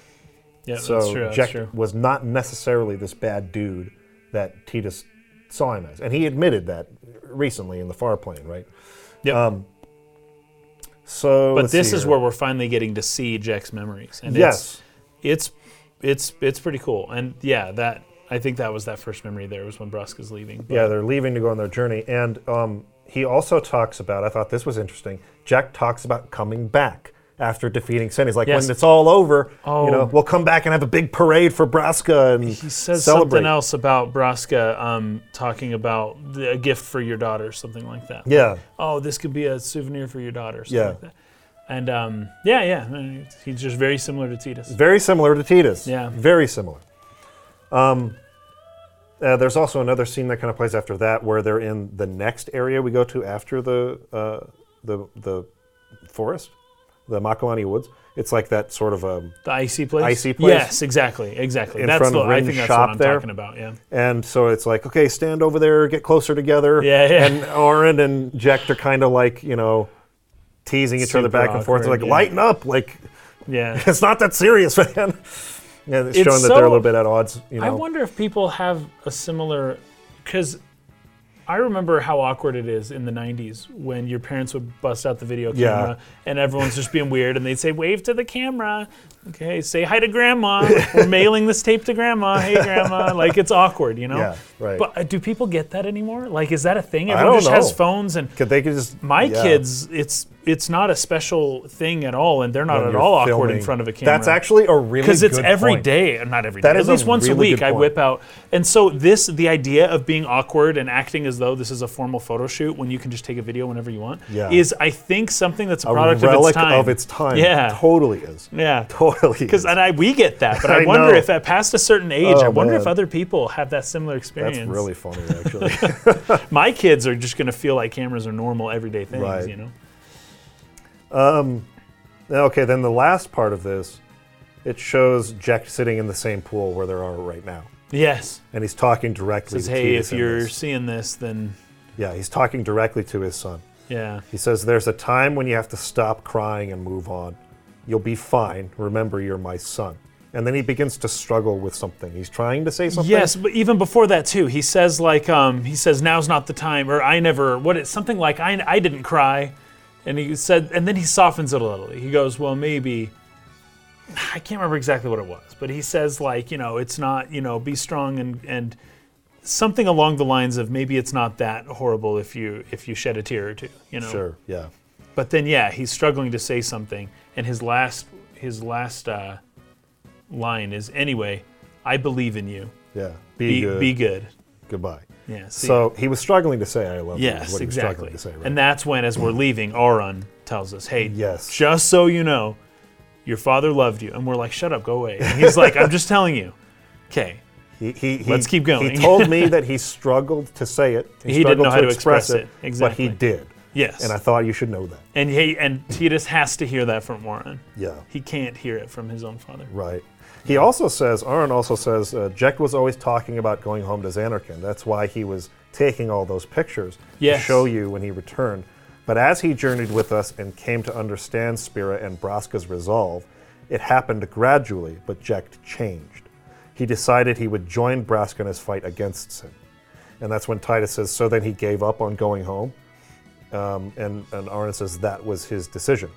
[SPEAKER 2] Yeah,
[SPEAKER 1] So
[SPEAKER 2] that's true. That's
[SPEAKER 1] Jack um,
[SPEAKER 2] true.
[SPEAKER 1] was not necessarily this bad dude that Titus saw him as, and he admitted that recently in the far plane, right?
[SPEAKER 2] Yep.
[SPEAKER 1] So,
[SPEAKER 2] but
[SPEAKER 1] let's see
[SPEAKER 2] this is
[SPEAKER 1] here.
[SPEAKER 2] where we're finally getting to see Jack's memories. And
[SPEAKER 1] yes,
[SPEAKER 2] It's, it's it's it's pretty cool. And yeah, that I think that was that first memory there was when Bruska's leaving. But
[SPEAKER 1] yeah, they're leaving to go on their journey, and um, he also talks about. I thought this was interesting. Jack talks about coming back. After defeating Sin, he's like,
[SPEAKER 2] Yes.
[SPEAKER 1] when it's all over,
[SPEAKER 2] Oh.
[SPEAKER 1] you know, we'll come back and have a big parade for Braska and
[SPEAKER 2] He says
[SPEAKER 1] celebrate.
[SPEAKER 2] something else about Braska um, talking about the, a gift for your daughter, something like that.
[SPEAKER 1] Yeah,
[SPEAKER 2] Oh, this could be a souvenir for your daughter, something
[SPEAKER 1] Yeah.
[SPEAKER 2] like that. And um, yeah, yeah, and he's just very similar to Titus.
[SPEAKER 1] Very similar to Titus.
[SPEAKER 2] Yeah.
[SPEAKER 1] Very similar. Um, uh, there's also another scene that kind of plays after that where they're in the next area we go to after the uh, the the forest, the Makalani Woods. It's like that sort of um
[SPEAKER 2] The icy place.
[SPEAKER 1] Icy place?
[SPEAKER 2] Yes, exactly, exactly.
[SPEAKER 1] In
[SPEAKER 2] that's
[SPEAKER 1] front
[SPEAKER 2] the,
[SPEAKER 1] of
[SPEAKER 2] I
[SPEAKER 1] Rin's
[SPEAKER 2] think that's
[SPEAKER 1] shop
[SPEAKER 2] what I'm
[SPEAKER 1] there?
[SPEAKER 2] talking about. Yeah.
[SPEAKER 1] and so it's like okay, stand over there, get closer together.
[SPEAKER 2] Yeah, yeah.
[SPEAKER 1] And Orin and Jekt are kind of like you know teasing each other
[SPEAKER 2] Super
[SPEAKER 1] back and forth. They're
[SPEAKER 2] awkward,
[SPEAKER 1] like,
[SPEAKER 2] yeah.
[SPEAKER 1] lighten up, like
[SPEAKER 2] Yeah.
[SPEAKER 1] it's not that serious, man. Yeah, it's,
[SPEAKER 2] It's
[SPEAKER 1] showing that they're
[SPEAKER 2] so-
[SPEAKER 1] a little bit at odds. You know.
[SPEAKER 2] I wonder if people have a similar, because I remember how awkward it is in the '90s when your parents would bust out the video
[SPEAKER 1] Yeah.
[SPEAKER 2] camera and everyone's just being weird, and they'd say, "Wave to the camera." Okay, say hi to grandma. We're mailing this tape to grandma. Hey, grandma. Like it's awkward, you know.
[SPEAKER 1] Yeah, right.
[SPEAKER 2] But uh, do people get that anymore? Like, is that a thing?
[SPEAKER 1] I
[SPEAKER 2] Everyone
[SPEAKER 1] don't
[SPEAKER 2] just has
[SPEAKER 1] know.
[SPEAKER 2] phones and.
[SPEAKER 1] Could they could just
[SPEAKER 2] My
[SPEAKER 1] yeah.
[SPEAKER 2] kids, it's it's not a special thing at all, and they're not
[SPEAKER 1] when
[SPEAKER 2] at
[SPEAKER 1] you're
[SPEAKER 2] all awkward in
[SPEAKER 1] filming.
[SPEAKER 2] front of a camera.
[SPEAKER 1] That's actually a really
[SPEAKER 2] because it's
[SPEAKER 1] good
[SPEAKER 2] every
[SPEAKER 1] point.
[SPEAKER 2] day, uh, not every day.
[SPEAKER 1] That
[SPEAKER 2] at
[SPEAKER 1] is a
[SPEAKER 2] least once a
[SPEAKER 1] really
[SPEAKER 2] week
[SPEAKER 1] good
[SPEAKER 2] i
[SPEAKER 1] point.
[SPEAKER 2] whip out and so this the idea of being awkward and acting as though this is a formal photo shoot when you can just take a video whenever you want
[SPEAKER 1] Yeah.
[SPEAKER 2] is i think something that's a
[SPEAKER 1] A
[SPEAKER 2] product
[SPEAKER 1] relic
[SPEAKER 2] of its time
[SPEAKER 1] time.
[SPEAKER 2] yeah
[SPEAKER 1] totally is.
[SPEAKER 2] yeah
[SPEAKER 1] Totally.
[SPEAKER 2] because
[SPEAKER 1] is.
[SPEAKER 2] and I we get that, but I,
[SPEAKER 1] I
[SPEAKER 2] wonder
[SPEAKER 1] know.
[SPEAKER 2] if at past a certain age,
[SPEAKER 1] Oh,
[SPEAKER 2] I wonder if
[SPEAKER 1] man.
[SPEAKER 2] other people have that similar experience.
[SPEAKER 1] that's really funny, actually.
[SPEAKER 2] My kids are just going to feel like cameras are normal everyday things,
[SPEAKER 1] Right.
[SPEAKER 2] you know.
[SPEAKER 1] okay, then the last part of this, it shows Jack sitting in the same pool where they are right now,
[SPEAKER 2] Yes,
[SPEAKER 1] and he's talking directly.
[SPEAKER 2] says
[SPEAKER 1] to
[SPEAKER 2] hey,
[SPEAKER 1] Titus
[SPEAKER 2] if
[SPEAKER 1] in
[SPEAKER 2] you're
[SPEAKER 1] this.
[SPEAKER 2] seeing this, then
[SPEAKER 1] yeah, he's talking directly to his son.
[SPEAKER 2] yeah,
[SPEAKER 1] He says, "There's a time when you have to stop crying and move on. You'll be fine. Remember, you're my son." And then he begins to struggle with something. He's trying to say something.
[SPEAKER 2] Yes, but even before that too, he says like um, he says now's not the time, or I never what it's something like I I didn't cry, and he said, and then he softens it a little. He goes, well maybe. I can't remember exactly what it was, but he says like you know it's not you know be strong and and something along the lines of maybe it's not that horrible if you if you shed a tear or two you know
[SPEAKER 1] Sure. Yeah.
[SPEAKER 2] but then yeah he's struggling to say something and his last his last uh, line is anyway I believe in you
[SPEAKER 1] Yeah.
[SPEAKER 2] be, be good
[SPEAKER 1] Goodbye.
[SPEAKER 2] Yeah. See,
[SPEAKER 1] So he was struggling to say "I love you." is
[SPEAKER 2] yes,
[SPEAKER 1] what he was
[SPEAKER 2] exactly.
[SPEAKER 1] struggling to say, right?
[SPEAKER 2] And that's when, as we're leaving, Auron tells us, "Hey,
[SPEAKER 1] Yes.
[SPEAKER 2] just so you know, your father loved you." And we're like, "Shut up, go away." And he's like, "I'm just telling you." Okay.
[SPEAKER 1] he, he, he,
[SPEAKER 2] Let's keep going.
[SPEAKER 1] He told me that he struggled to say it.
[SPEAKER 2] He didn't
[SPEAKER 1] struggled
[SPEAKER 2] know how to express it. Exactly.
[SPEAKER 1] But he did,
[SPEAKER 2] Yes.
[SPEAKER 1] and I thought you should know that.
[SPEAKER 2] and he and Titus has to hear that from Auron.
[SPEAKER 1] Yeah.
[SPEAKER 2] He can't hear it from his own father.
[SPEAKER 1] Right. He also says, Aaron also says, uh, Jack was always talking about going home to Xanarkin. That's why he was taking all those pictures
[SPEAKER 2] Yes.
[SPEAKER 1] to show you when he returned. But as he journeyed with us and came to understand Spira and Braska's resolve, it happened gradually, but Jack changed. He decided he would join Braska in his fight against Sin. And that's when Titus says, so then he gave up on going home. Um, and and Arna says that was his decision.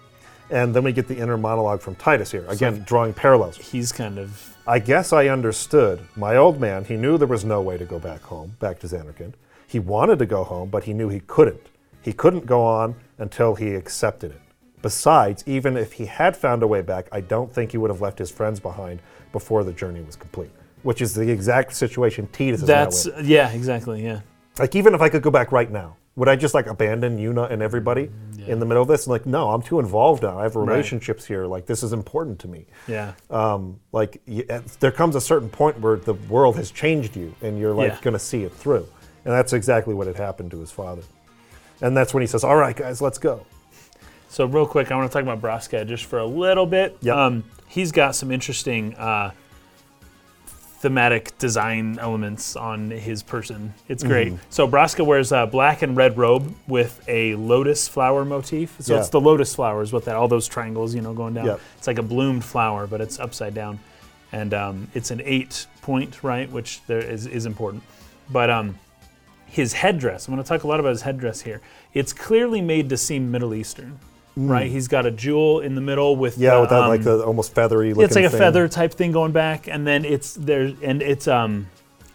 [SPEAKER 1] And then we get the inner monologue from Titus here, again, drawing parallels.
[SPEAKER 2] He's kind of
[SPEAKER 1] I guess I understood. My old man, he knew there was no way to go back home, back to Xanarkand. He wanted to go home, but he knew he couldn't. He couldn't go on until he accepted it. Besides, even if he had found a way back, I don't think he would have left his friends behind before the journey was complete, which is the exact situation Titus is now
[SPEAKER 2] that's
[SPEAKER 1] in.
[SPEAKER 2] yeah exactly yeah
[SPEAKER 1] Like, even if I could go back right now, Would I just like abandon Yuna and everybody in the middle of this? Like, no, I'm too involved now. I have relationships here. Like, this is important to me.
[SPEAKER 2] Yeah.
[SPEAKER 1] Um, like, y- at- there comes a certain point where the world has changed you, and you're like
[SPEAKER 2] Yeah.
[SPEAKER 1] going to see it through. And that's exactly what had happened to his father. And that's when he says, "All right, guys, let's go."
[SPEAKER 2] So real quick, I want to talk about Braska just for a little bit. Um,
[SPEAKER 1] Yep.
[SPEAKER 2] he's got some interesting uh, thematic design elements on his person. It's great.
[SPEAKER 1] Mm-hmm.
[SPEAKER 2] So Braska wears a black and red robe with a lotus flower motif. So
[SPEAKER 1] Yeah.
[SPEAKER 2] it's the lotus flowers with that all those triangles, you know, going down.
[SPEAKER 1] Yep.
[SPEAKER 2] It's like a bloomed flower, but it's upside down, and um, it's an eight point, right? Which there is is important, but um his headdress. I'm going to talk a lot about his headdress here. It's clearly made to seem Middle Eastern, right? He's got a jewel in the middle with
[SPEAKER 1] Hmm. Yeah,
[SPEAKER 2] the,
[SPEAKER 1] with that
[SPEAKER 2] um,
[SPEAKER 1] like the almost feathery looking.
[SPEAKER 2] it's like a
[SPEAKER 1] thing.
[SPEAKER 2] feather type thing going back, and then it's there, and it's um,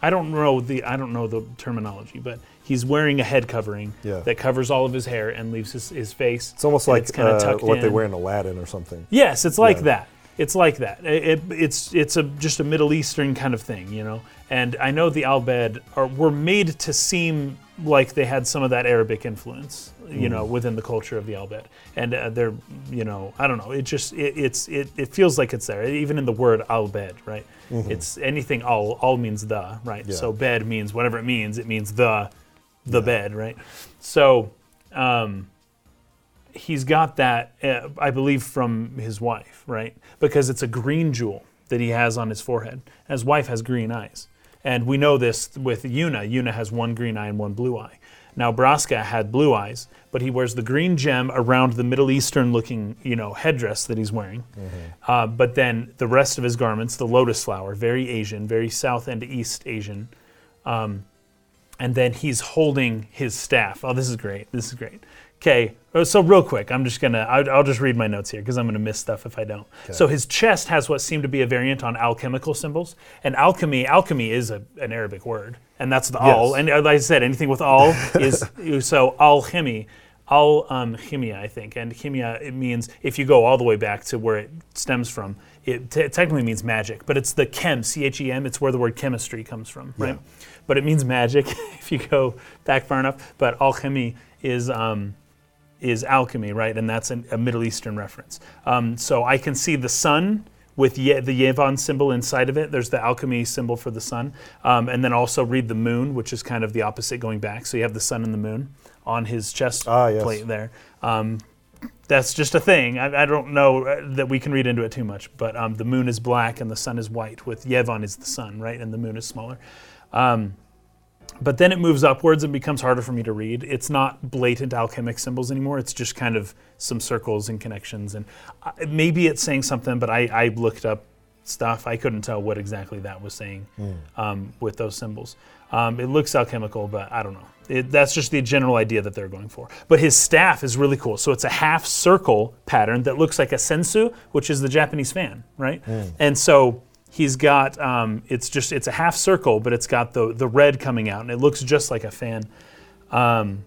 [SPEAKER 2] I don't know the I don't know the terminology, but he's wearing a head covering
[SPEAKER 1] Yeah.
[SPEAKER 2] that covers all of his hair and leaves his, his face.
[SPEAKER 1] It's almost like
[SPEAKER 2] kinda
[SPEAKER 1] uh,
[SPEAKER 2] tucked
[SPEAKER 1] what they
[SPEAKER 2] in.
[SPEAKER 1] wear in Aladdin or something.
[SPEAKER 2] Yes, it's like
[SPEAKER 1] Yeah.
[SPEAKER 2] that. It's like that. It, it- it's it's a just a Middle Eastern kind of thing, you know. And I know the Albed are were made to seem like they had some of that Arabic influence, you know,
[SPEAKER 1] Mm.
[SPEAKER 2] within the culture of the Albed. And uh, they're, you know, I don't know. It just it, it's it, it feels like it's there, even in the word Albed, right? It's anything all all means the, right?
[SPEAKER 1] Mm-hmm. Yeah.
[SPEAKER 2] So bed means whatever it means. It means the the bed, right? So he's got that, uh, I believe, from his wife, right? Because it's a green jewel that he has on his forehead. And his wife has green eyes. And we know this with Yuna. Yuna has one green eye and one blue eye. Now, Braska had blue eyes, but he wears the green gem around the Middle Eastern looking, you know, headdress that he's wearing. Uh, but then the rest of his garments, the lotus flower, very Asian, very South and East Asian, and then he's holding his staff. Oh, this is great. This is great. Okay, oh, so real quick, I'm just gonna, I'll, I'll just read my notes here because I'm gonna miss stuff if I don't. So his chest has what seemed to be a variant on alchemical symbols, and alchemy, alchemy is a, an Arabic word, and that's the all. And uh, like I said, anything with all is so alchemy, al um, chimia, I think, and chimia it means if you go all the way back to where it stems from, it t- technically means magic, but it's the chem, c h e m. It's where the word chemistry comes from, right? But it means magic if you go back far enough. But alchemy is um, is alchemy, right? And that's an, a Middle Eastern reference. Um, so I can see the sun with Ye, the Yevon symbol inside of it. There's the alchemy symbol for the sun. Um, and then also read the moon, which is kind of the opposite going back. So you have the sun and the moon on his chest
[SPEAKER 1] Ah, yes.
[SPEAKER 2] plate there. Um, that's just a thing. I, I don't know uh, that we can read into it too much, but um, the moon is black and the sun is white, with Yevon is the sun, right? And the moon is smaller. But then it moves upwards and becomes harder for me to read. It's not blatant alchemic symbols anymore. It's just kind of some circles and connections. And uh, maybe it's saying something, but I, I looked up stuff. I couldn't tell what exactly that was saying um, with those symbols. Um, it looks alchemical, but I don't know. It, that's just the general idea that they're going for. But his staff is really cool. So it's a half circle pattern that looks like a sensu, which is the Japanese fan, right? And so he's got um, it's just it's a half circle, but it's got the the red coming out, and it looks just like a fan. Um,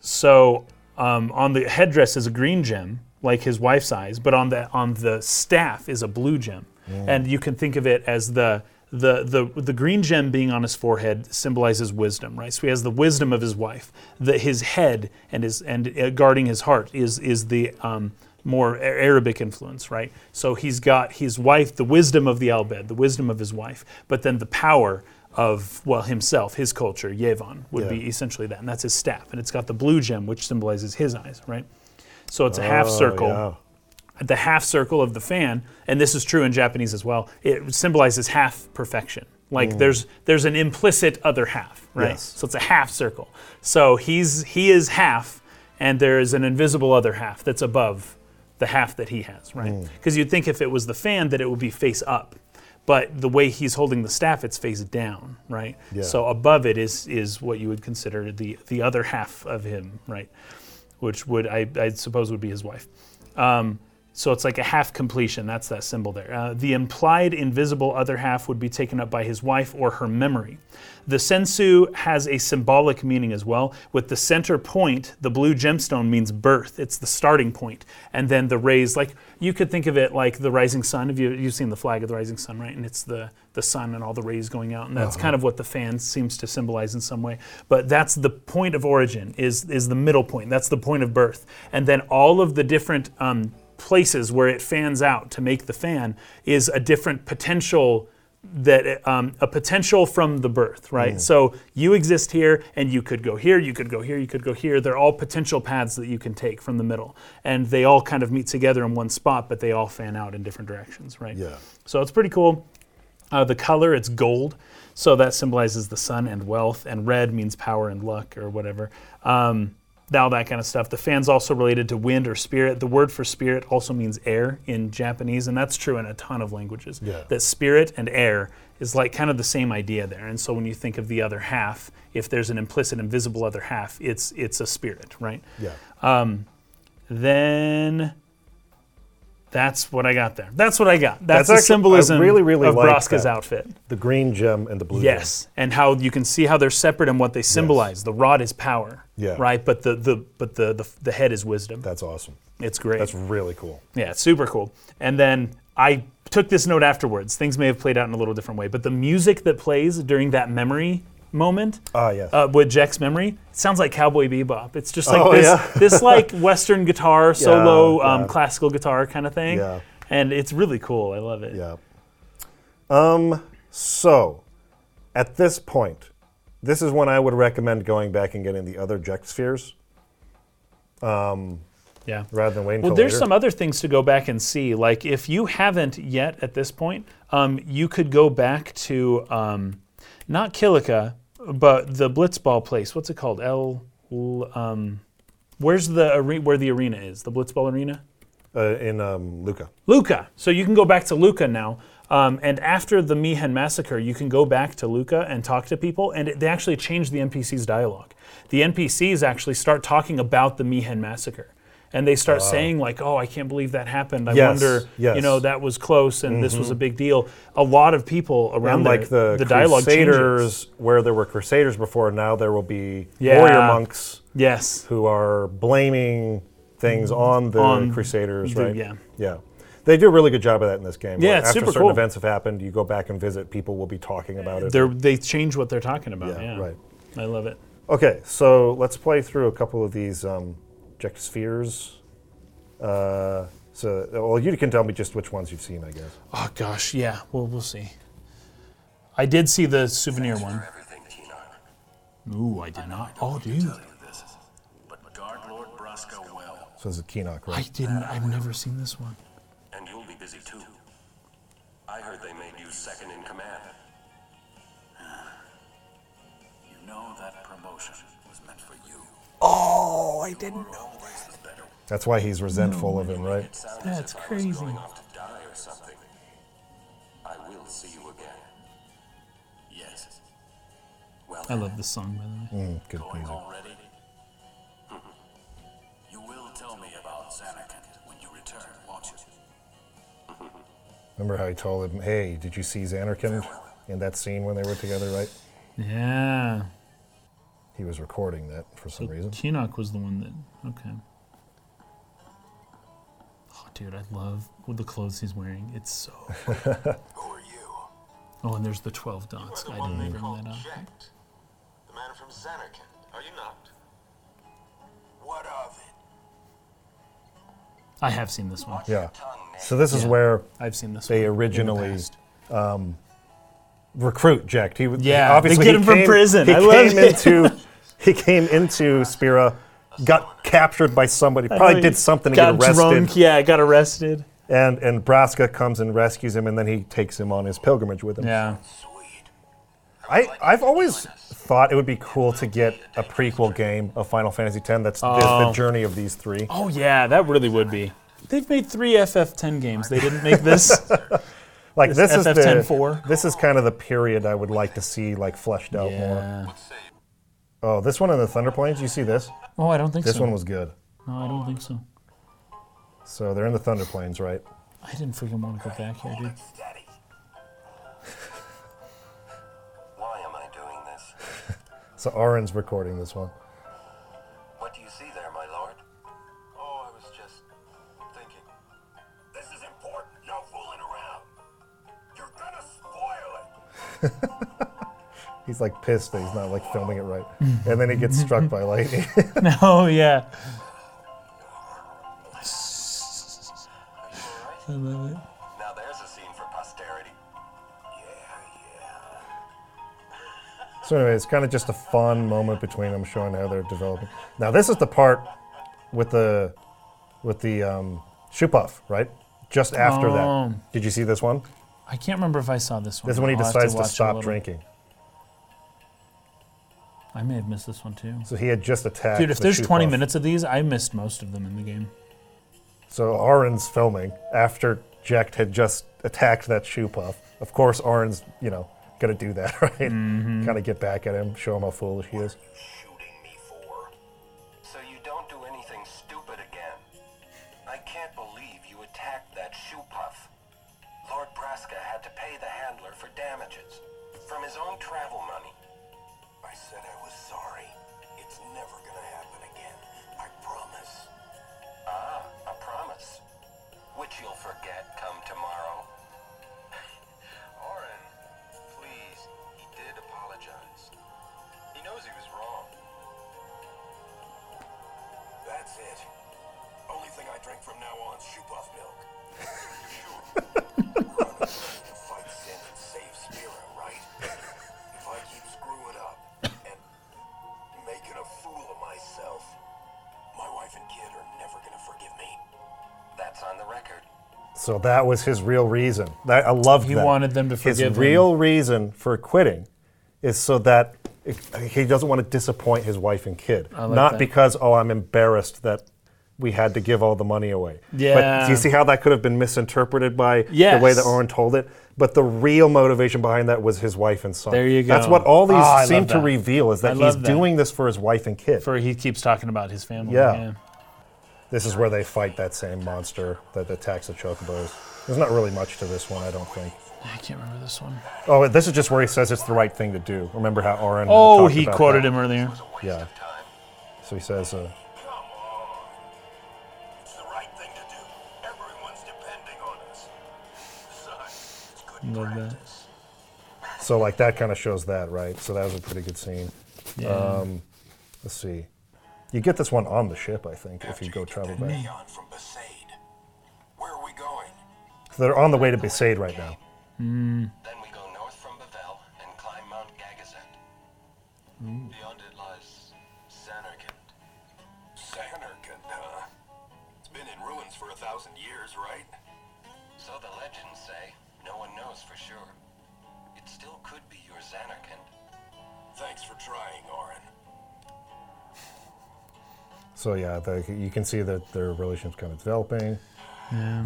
[SPEAKER 2] so um, on the headdress is a green gem, like his wife's eyes, but on the on the staff is a blue gem, and you can think of it as the. The, the, the green gem being on his forehead symbolizes wisdom, right? So he has the wisdom of his wife. The, his head and his and uh, guarding his heart is is the um, more A- Arabic influence, right? So he's got his wife, the wisdom of the Albed, the wisdom of his wife, but then the power of, well, himself, his culture, Yevon, would
[SPEAKER 1] Yeah.
[SPEAKER 2] be essentially that. And that's his staff. And it's got the blue gem, which symbolizes his eyes, right? So it's a half circle
[SPEAKER 1] Oh,
[SPEAKER 2] the half circle of the fan, and this is true in Japanese as well, it symbolizes half perfection. Like there's there's an implicit other half, right?
[SPEAKER 1] Mm. Yes.
[SPEAKER 2] So it's a half circle. So he's he is half, and there is an invisible other half that's above the half that he has, right?
[SPEAKER 1] Mm.
[SPEAKER 2] Because you'd think if it was the fan that it would be face up, but the way he's holding the staff, it's face down, right?
[SPEAKER 1] Yeah.
[SPEAKER 2] So above it is is what you would consider the the other half of him, right? Which would I, I suppose would be his wife. Um, so it's like a half completion. That's that symbol there. Uh, the implied invisible other half would be taken up by his wife or her memory. The sensu has a symbolic meaning as well. With the center point, the blue gemstone means birth. It's the starting point. And then the rays, like you could think of it like the rising sun. Have you you've seen the flag of the rising sun, right? And it's the the sun and all the rays going out, and that's kind of what the fan seems to symbolize in some way. But that's the point of origin is is the middle point. That's the point of birth. And then all of the different um, places where it fans out to make the fan is a different potential that um, a potential from the birth, right? So you exist here, and you could go here, you could go here, you could go here. They're all potential paths that you can take from the middle, and they all kind of meet together in one spot, but they all fan out in different directions, right?
[SPEAKER 1] Yeah.
[SPEAKER 2] So it's pretty cool. Uh, the color, it's gold, so that symbolizes the sun and wealth, and red means power and luck or whatever. Um, all that kind of stuff. The fan's also related to wind or spirit. The word for spirit also means air in Japanese, and that's true in a ton of languages.
[SPEAKER 1] Yeah.
[SPEAKER 2] That spirit and air is like kind of the same idea there. And so when you think of the other half, if there's an implicit invisible other half, it's it's a spirit, right?
[SPEAKER 1] Yeah.
[SPEAKER 2] Then that's what I got there. That's what I got.
[SPEAKER 1] That's
[SPEAKER 2] That's, the
[SPEAKER 1] actually- I
[SPEAKER 2] symbolism
[SPEAKER 1] really, really
[SPEAKER 2] of
[SPEAKER 1] like
[SPEAKER 2] Broska's
[SPEAKER 1] that.
[SPEAKER 2] outfit.
[SPEAKER 1] the green gem and the blue gem.
[SPEAKER 2] Yes, and how you can see how they're separate and what they symbolize. The rod is power,
[SPEAKER 1] Yeah.
[SPEAKER 2] right? But the, the but the, the the head is wisdom.
[SPEAKER 1] That's awesome.
[SPEAKER 2] It's great.
[SPEAKER 1] That's really cool.
[SPEAKER 2] yeah, it's super cool. And then I took this note afterwards. Things may have played out in a little different way, but the music that plays during that memory moment
[SPEAKER 1] Ah, yes.
[SPEAKER 2] uh, with Jack's memory it sounds like Cowboy Bebop. It's just like
[SPEAKER 1] Oh,
[SPEAKER 2] this,
[SPEAKER 1] yeah.
[SPEAKER 2] this like Western guitar solo,
[SPEAKER 1] Yeah, yeah.
[SPEAKER 2] Um, classical guitar kind of thing.
[SPEAKER 1] Yeah.
[SPEAKER 2] And it's really cool. I love it.
[SPEAKER 1] yeah. Um. So, at this point, this is when I would recommend going back and getting the other Ject spheres
[SPEAKER 2] yeah.
[SPEAKER 1] rather than waiting.
[SPEAKER 2] Well,
[SPEAKER 1] till
[SPEAKER 2] there's
[SPEAKER 1] later.
[SPEAKER 2] some other things to go back and see. Like if you haven't yet at this point, um, you could go back to um, not Killica, but the Blitzball place. What's it called? L. L- Um, where's the are- where the arena is? The Blitzball arena.
[SPEAKER 1] uh, in um, Luca.
[SPEAKER 2] Luca. So you can go back to Luca now. Um, and after the Meehan massacre, you can go back to Luca and talk to people, and it, they actually change the NPC's dialogue. The NPCs actually start talking about the Meehan massacre, and they start saying like, "Oh, I can't believe that happened. I
[SPEAKER 1] Yes,
[SPEAKER 2] wonder, you
[SPEAKER 1] yes. Mm-hmm.
[SPEAKER 2] know, that was close, and this was a big deal." A lot of people
[SPEAKER 1] And
[SPEAKER 2] around there,
[SPEAKER 1] like the,
[SPEAKER 2] dialogue changes.
[SPEAKER 1] Crusaders, where there were Crusaders before, now there will be
[SPEAKER 2] Yeah.
[SPEAKER 1] warrior monks
[SPEAKER 2] Yes,
[SPEAKER 1] who are blaming things on the
[SPEAKER 2] Mm-hmm. On
[SPEAKER 1] Crusaders,
[SPEAKER 2] the-
[SPEAKER 1] right?
[SPEAKER 2] yeah.
[SPEAKER 1] Yeah. They do a really good job of that in this game.
[SPEAKER 2] Yeah,
[SPEAKER 1] Like,
[SPEAKER 2] it's
[SPEAKER 1] after
[SPEAKER 2] super
[SPEAKER 1] certain
[SPEAKER 2] cool.
[SPEAKER 1] events have happened, you go back and visit, people will be talking about it.
[SPEAKER 2] they they change what they're talking about.
[SPEAKER 1] Yeah,
[SPEAKER 2] Yeah,
[SPEAKER 1] right.
[SPEAKER 2] I love it.
[SPEAKER 1] Okay, so let's play through a couple of these um, Ject spheres. Uh, so, well, you can tell me just which ones you've seen, I guess.
[SPEAKER 2] Oh gosh, yeah. Well, we'll see. I did see the souvenir one.
[SPEAKER 3] everything, Keenan.
[SPEAKER 2] Ooh, I did not. Oh, dude,
[SPEAKER 3] This is- But guard Lord Brasco well,
[SPEAKER 1] So this is Keenock,
[SPEAKER 2] I
[SPEAKER 1] right?
[SPEAKER 2] didn't. I've never seen this one.
[SPEAKER 3] and you'll be busy too. I heard they made you second in command. Ah. You know that promotion was meant for you.
[SPEAKER 2] Oh, I didn't.
[SPEAKER 3] Always the better.
[SPEAKER 1] That's why he's resentful of him, right?
[SPEAKER 3] It sounds
[SPEAKER 2] That's
[SPEAKER 3] as if I
[SPEAKER 2] crazy.
[SPEAKER 3] was going off to die or something. I will see you again. Yes. Well,
[SPEAKER 2] I love this song by the way.
[SPEAKER 1] Mm, Good
[SPEAKER 3] Going
[SPEAKER 1] music.
[SPEAKER 3] already? Mm-hmm. you will tell me about Xanakin when you return, won't you?
[SPEAKER 1] Remember how he told him, "Hey, did you see Xanarkin in that scene when they were together?" Right? Mm.
[SPEAKER 2] Yeah,
[SPEAKER 1] He was recording that for some reason.
[SPEAKER 2] Kinok was the one that. Okay. Oh, dude, I love the clothes he's wearing. It's so.
[SPEAKER 4] Who are you?
[SPEAKER 2] Oh, and there's the twelve dots. I
[SPEAKER 4] one
[SPEAKER 2] didn't
[SPEAKER 4] they
[SPEAKER 2] bring
[SPEAKER 4] call
[SPEAKER 2] that up.
[SPEAKER 4] Jekt. The man from Xanarkand, are you not? What of it?
[SPEAKER 2] I have seen this one.
[SPEAKER 1] Yeah. So this is where
[SPEAKER 2] I've seen this
[SPEAKER 1] they
[SPEAKER 2] one. in the
[SPEAKER 1] originally um,
[SPEAKER 2] past.
[SPEAKER 1] recruit Jack. He was
[SPEAKER 2] Yeah, they
[SPEAKER 1] obviously
[SPEAKER 2] get
[SPEAKER 1] he
[SPEAKER 2] him from
[SPEAKER 1] came-
[SPEAKER 2] prison.
[SPEAKER 1] He
[SPEAKER 2] I
[SPEAKER 1] came
[SPEAKER 2] love it.
[SPEAKER 1] into he came into Spira, got captured by somebody, probably did something to get
[SPEAKER 2] got
[SPEAKER 1] arrested,
[SPEAKER 2] drunk. Yeah, got arrested.
[SPEAKER 1] and and Braska comes and rescues him, and then he takes him on his pilgrimage with him.
[SPEAKER 2] Yeah.
[SPEAKER 4] Sweet.
[SPEAKER 1] I I've always thought it would be cool to get a prequel game of Final Fantasy X that's the, the journey of these three.
[SPEAKER 2] Oh yeah, that really would be. They've made three FF10 games. They didn't make this.
[SPEAKER 1] Like this, is the
[SPEAKER 2] FF10-4.
[SPEAKER 1] this is kind of the period I would like to see like fleshed out more.
[SPEAKER 2] yeah.
[SPEAKER 1] Oh, this one in the Thunder Plains. You see this?
[SPEAKER 2] Oh, I don't think
[SPEAKER 1] This
[SPEAKER 2] so.
[SPEAKER 1] one was good.
[SPEAKER 2] no, I don't think so.
[SPEAKER 1] So they're in the Thunder Plains, right?
[SPEAKER 2] I didn't freaking want to go back here, dude.
[SPEAKER 4] Steady.
[SPEAKER 3] Why am I doing this?
[SPEAKER 1] So Oren's recording this one.
[SPEAKER 3] What do you see there, my lord?
[SPEAKER 4] Oh, I was just thinking.
[SPEAKER 3] This is important. No fooling around. You're gonna spoil it.
[SPEAKER 1] He's like pissed that he's not like filming it right, and then he gets struck by lightning.
[SPEAKER 2] Oh yeah. I love it.
[SPEAKER 3] Now there's a scene for posterity. Yeah, yeah.
[SPEAKER 1] so anyway, it's kind of just a fun moment between them, showing how they're developing. Now this is the part with the with the um, shoe puff, right? Just after
[SPEAKER 2] Oh.
[SPEAKER 1] that, did you see this one?
[SPEAKER 2] I can't remember if I saw this one.
[SPEAKER 1] This is when he
[SPEAKER 2] I'll have
[SPEAKER 1] decides to,
[SPEAKER 2] watch it a
[SPEAKER 1] stop
[SPEAKER 2] little.
[SPEAKER 1] drinking.
[SPEAKER 2] I may have missed this one too.
[SPEAKER 1] So he had just attacked.
[SPEAKER 2] Dude, if
[SPEAKER 1] the
[SPEAKER 2] there's
[SPEAKER 1] shoe
[SPEAKER 2] 20
[SPEAKER 1] puff.
[SPEAKER 2] minutes of these, I missed most of them in the game.
[SPEAKER 1] So Oren's filming after Jack had just attacked that shoe puff. Of course, Oren's, you know, gonna do that, right?
[SPEAKER 2] Mm-hmm.
[SPEAKER 1] Kind of get back at him, show him how foolish he is.
[SPEAKER 3] You shooting me for? So you don't do anything stupid again. I can't believe you attacked that shoe puff. Lord Braska had to pay the handler for damages from his own travel money. I said I was sorry. It's never gonna happen again. I promise. Ah, a promise. Which you'll forget come tomorrow.
[SPEAKER 4] Oren, please, he did apologize. He knows he was wrong.
[SPEAKER 3] That's it. Only thing I drink from now on is shoe puff milk. Sure. We're on a quest to fight sin and save Spira, right? If I keep screwing up and making a fool of myself, my wife and kid are never gonna forgive me. That's on the record.
[SPEAKER 1] So that was his real reason. That, I loved
[SPEAKER 2] He
[SPEAKER 1] that.
[SPEAKER 2] wanted them to forgive
[SPEAKER 1] His
[SPEAKER 2] him.
[SPEAKER 1] real reason for quitting is so that if- he doesn't want to disappoint his wife and kid.
[SPEAKER 2] like
[SPEAKER 1] Not
[SPEAKER 2] that.
[SPEAKER 1] because oh, I'm embarrassed that we had to give all the money away. But do
[SPEAKER 2] Yeah.
[SPEAKER 1] you see how that could have been misinterpreted by the way that
[SPEAKER 2] Yes.
[SPEAKER 1] Oren told it? But the real motivation behind that was his wife and son.
[SPEAKER 2] There you
[SPEAKER 1] That's
[SPEAKER 2] go.
[SPEAKER 1] what all these
[SPEAKER 2] Ah, I
[SPEAKER 1] seem
[SPEAKER 2] love
[SPEAKER 1] to
[SPEAKER 2] that.
[SPEAKER 1] reveal is
[SPEAKER 2] I
[SPEAKER 1] that he's
[SPEAKER 2] love that.
[SPEAKER 1] doing this for his wife and kid.
[SPEAKER 2] For he keeps talking about his family.
[SPEAKER 1] Yeah.
[SPEAKER 2] Yeah.
[SPEAKER 1] This is where they fight that same monster that attacks the chocobos. There's not really much to this one, I don't think.
[SPEAKER 2] I can't remember this one.
[SPEAKER 1] Oh, this is just where he says it's the right thing to do. Remember how Oren?
[SPEAKER 2] Oh,
[SPEAKER 1] talked
[SPEAKER 2] he
[SPEAKER 1] about
[SPEAKER 2] quoted
[SPEAKER 1] that?
[SPEAKER 2] him earlier.
[SPEAKER 1] Yeah.
[SPEAKER 3] Time.
[SPEAKER 1] So he says, uh,
[SPEAKER 3] Come on. It's the right thing to do. Everyone's depending on us. Son, it's good
[SPEAKER 2] Love that.
[SPEAKER 3] practice.
[SPEAKER 1] so like that kind of shows that, right? So that was a pretty good scene.
[SPEAKER 2] Yeah.
[SPEAKER 1] Uh, Let's see. You get this one on the ship, I think, if you go travel back.
[SPEAKER 3] Neon from Besaid. Where are we going?
[SPEAKER 1] So they're on the way to Besaid right now.
[SPEAKER 3] Then we go north from Bavel and climb Mount Gagazet.
[SPEAKER 4] Beyond it lies Xanarkand.
[SPEAKER 3] Sanarkand, huh? It's been in ruins for a thousand years, right? So the legends say. No one knows for sure. It still could be your Xanarkand. Thanks for trying, Orin.
[SPEAKER 1] So yeah, the, you can see that their relationship's kind of developing.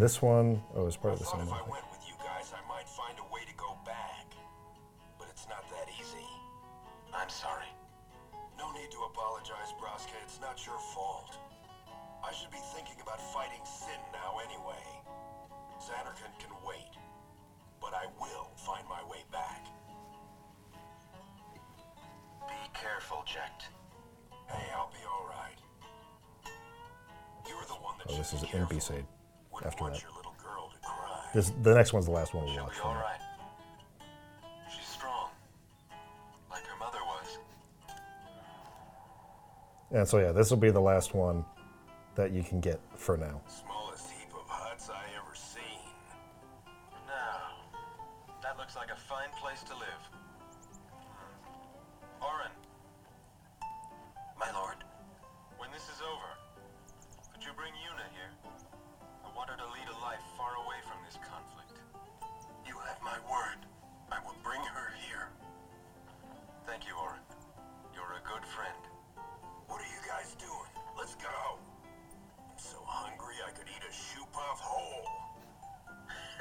[SPEAKER 1] This one, oh, it's part of the
[SPEAKER 3] Thought
[SPEAKER 1] same.
[SPEAKER 3] if
[SPEAKER 1] one.
[SPEAKER 3] I went with you guys, I might find a way to go back. But it's not that easy. I'm sorry. No need to apologize, Broska. It's not your fault. I should be thinking about fighting sin now anyway. Xanarkand can wait. But I will find my way back. Be careful, Jekt. Hey, I'll be alright. You're the one that
[SPEAKER 1] Oh,
[SPEAKER 3] should
[SPEAKER 1] this is
[SPEAKER 3] be
[SPEAKER 1] in
[SPEAKER 3] careful.
[SPEAKER 1] Besaid.
[SPEAKER 3] Wouldn't
[SPEAKER 1] after
[SPEAKER 3] want
[SPEAKER 1] that.
[SPEAKER 3] your little girl to cry.
[SPEAKER 1] This, the next one's the last one we
[SPEAKER 3] She'll
[SPEAKER 1] watch.
[SPEAKER 3] be
[SPEAKER 1] from
[SPEAKER 3] all
[SPEAKER 1] it.
[SPEAKER 3] right. She's strong, like her mother was.
[SPEAKER 1] And so yeah, this will be the last one that you can get for now.
[SPEAKER 3] Smallest heap of huts I ever seen. Now, that looks like a fine place to live. Hmm. Oren, my lord, when this is over, could you bring Una here? I want her to lead a life far away from this conflict. You have my word. I will bring her here. Thank you, Oren. You're a good friend. What are you guys doing? Let's go. So hungry I could eat a shoe puff whole.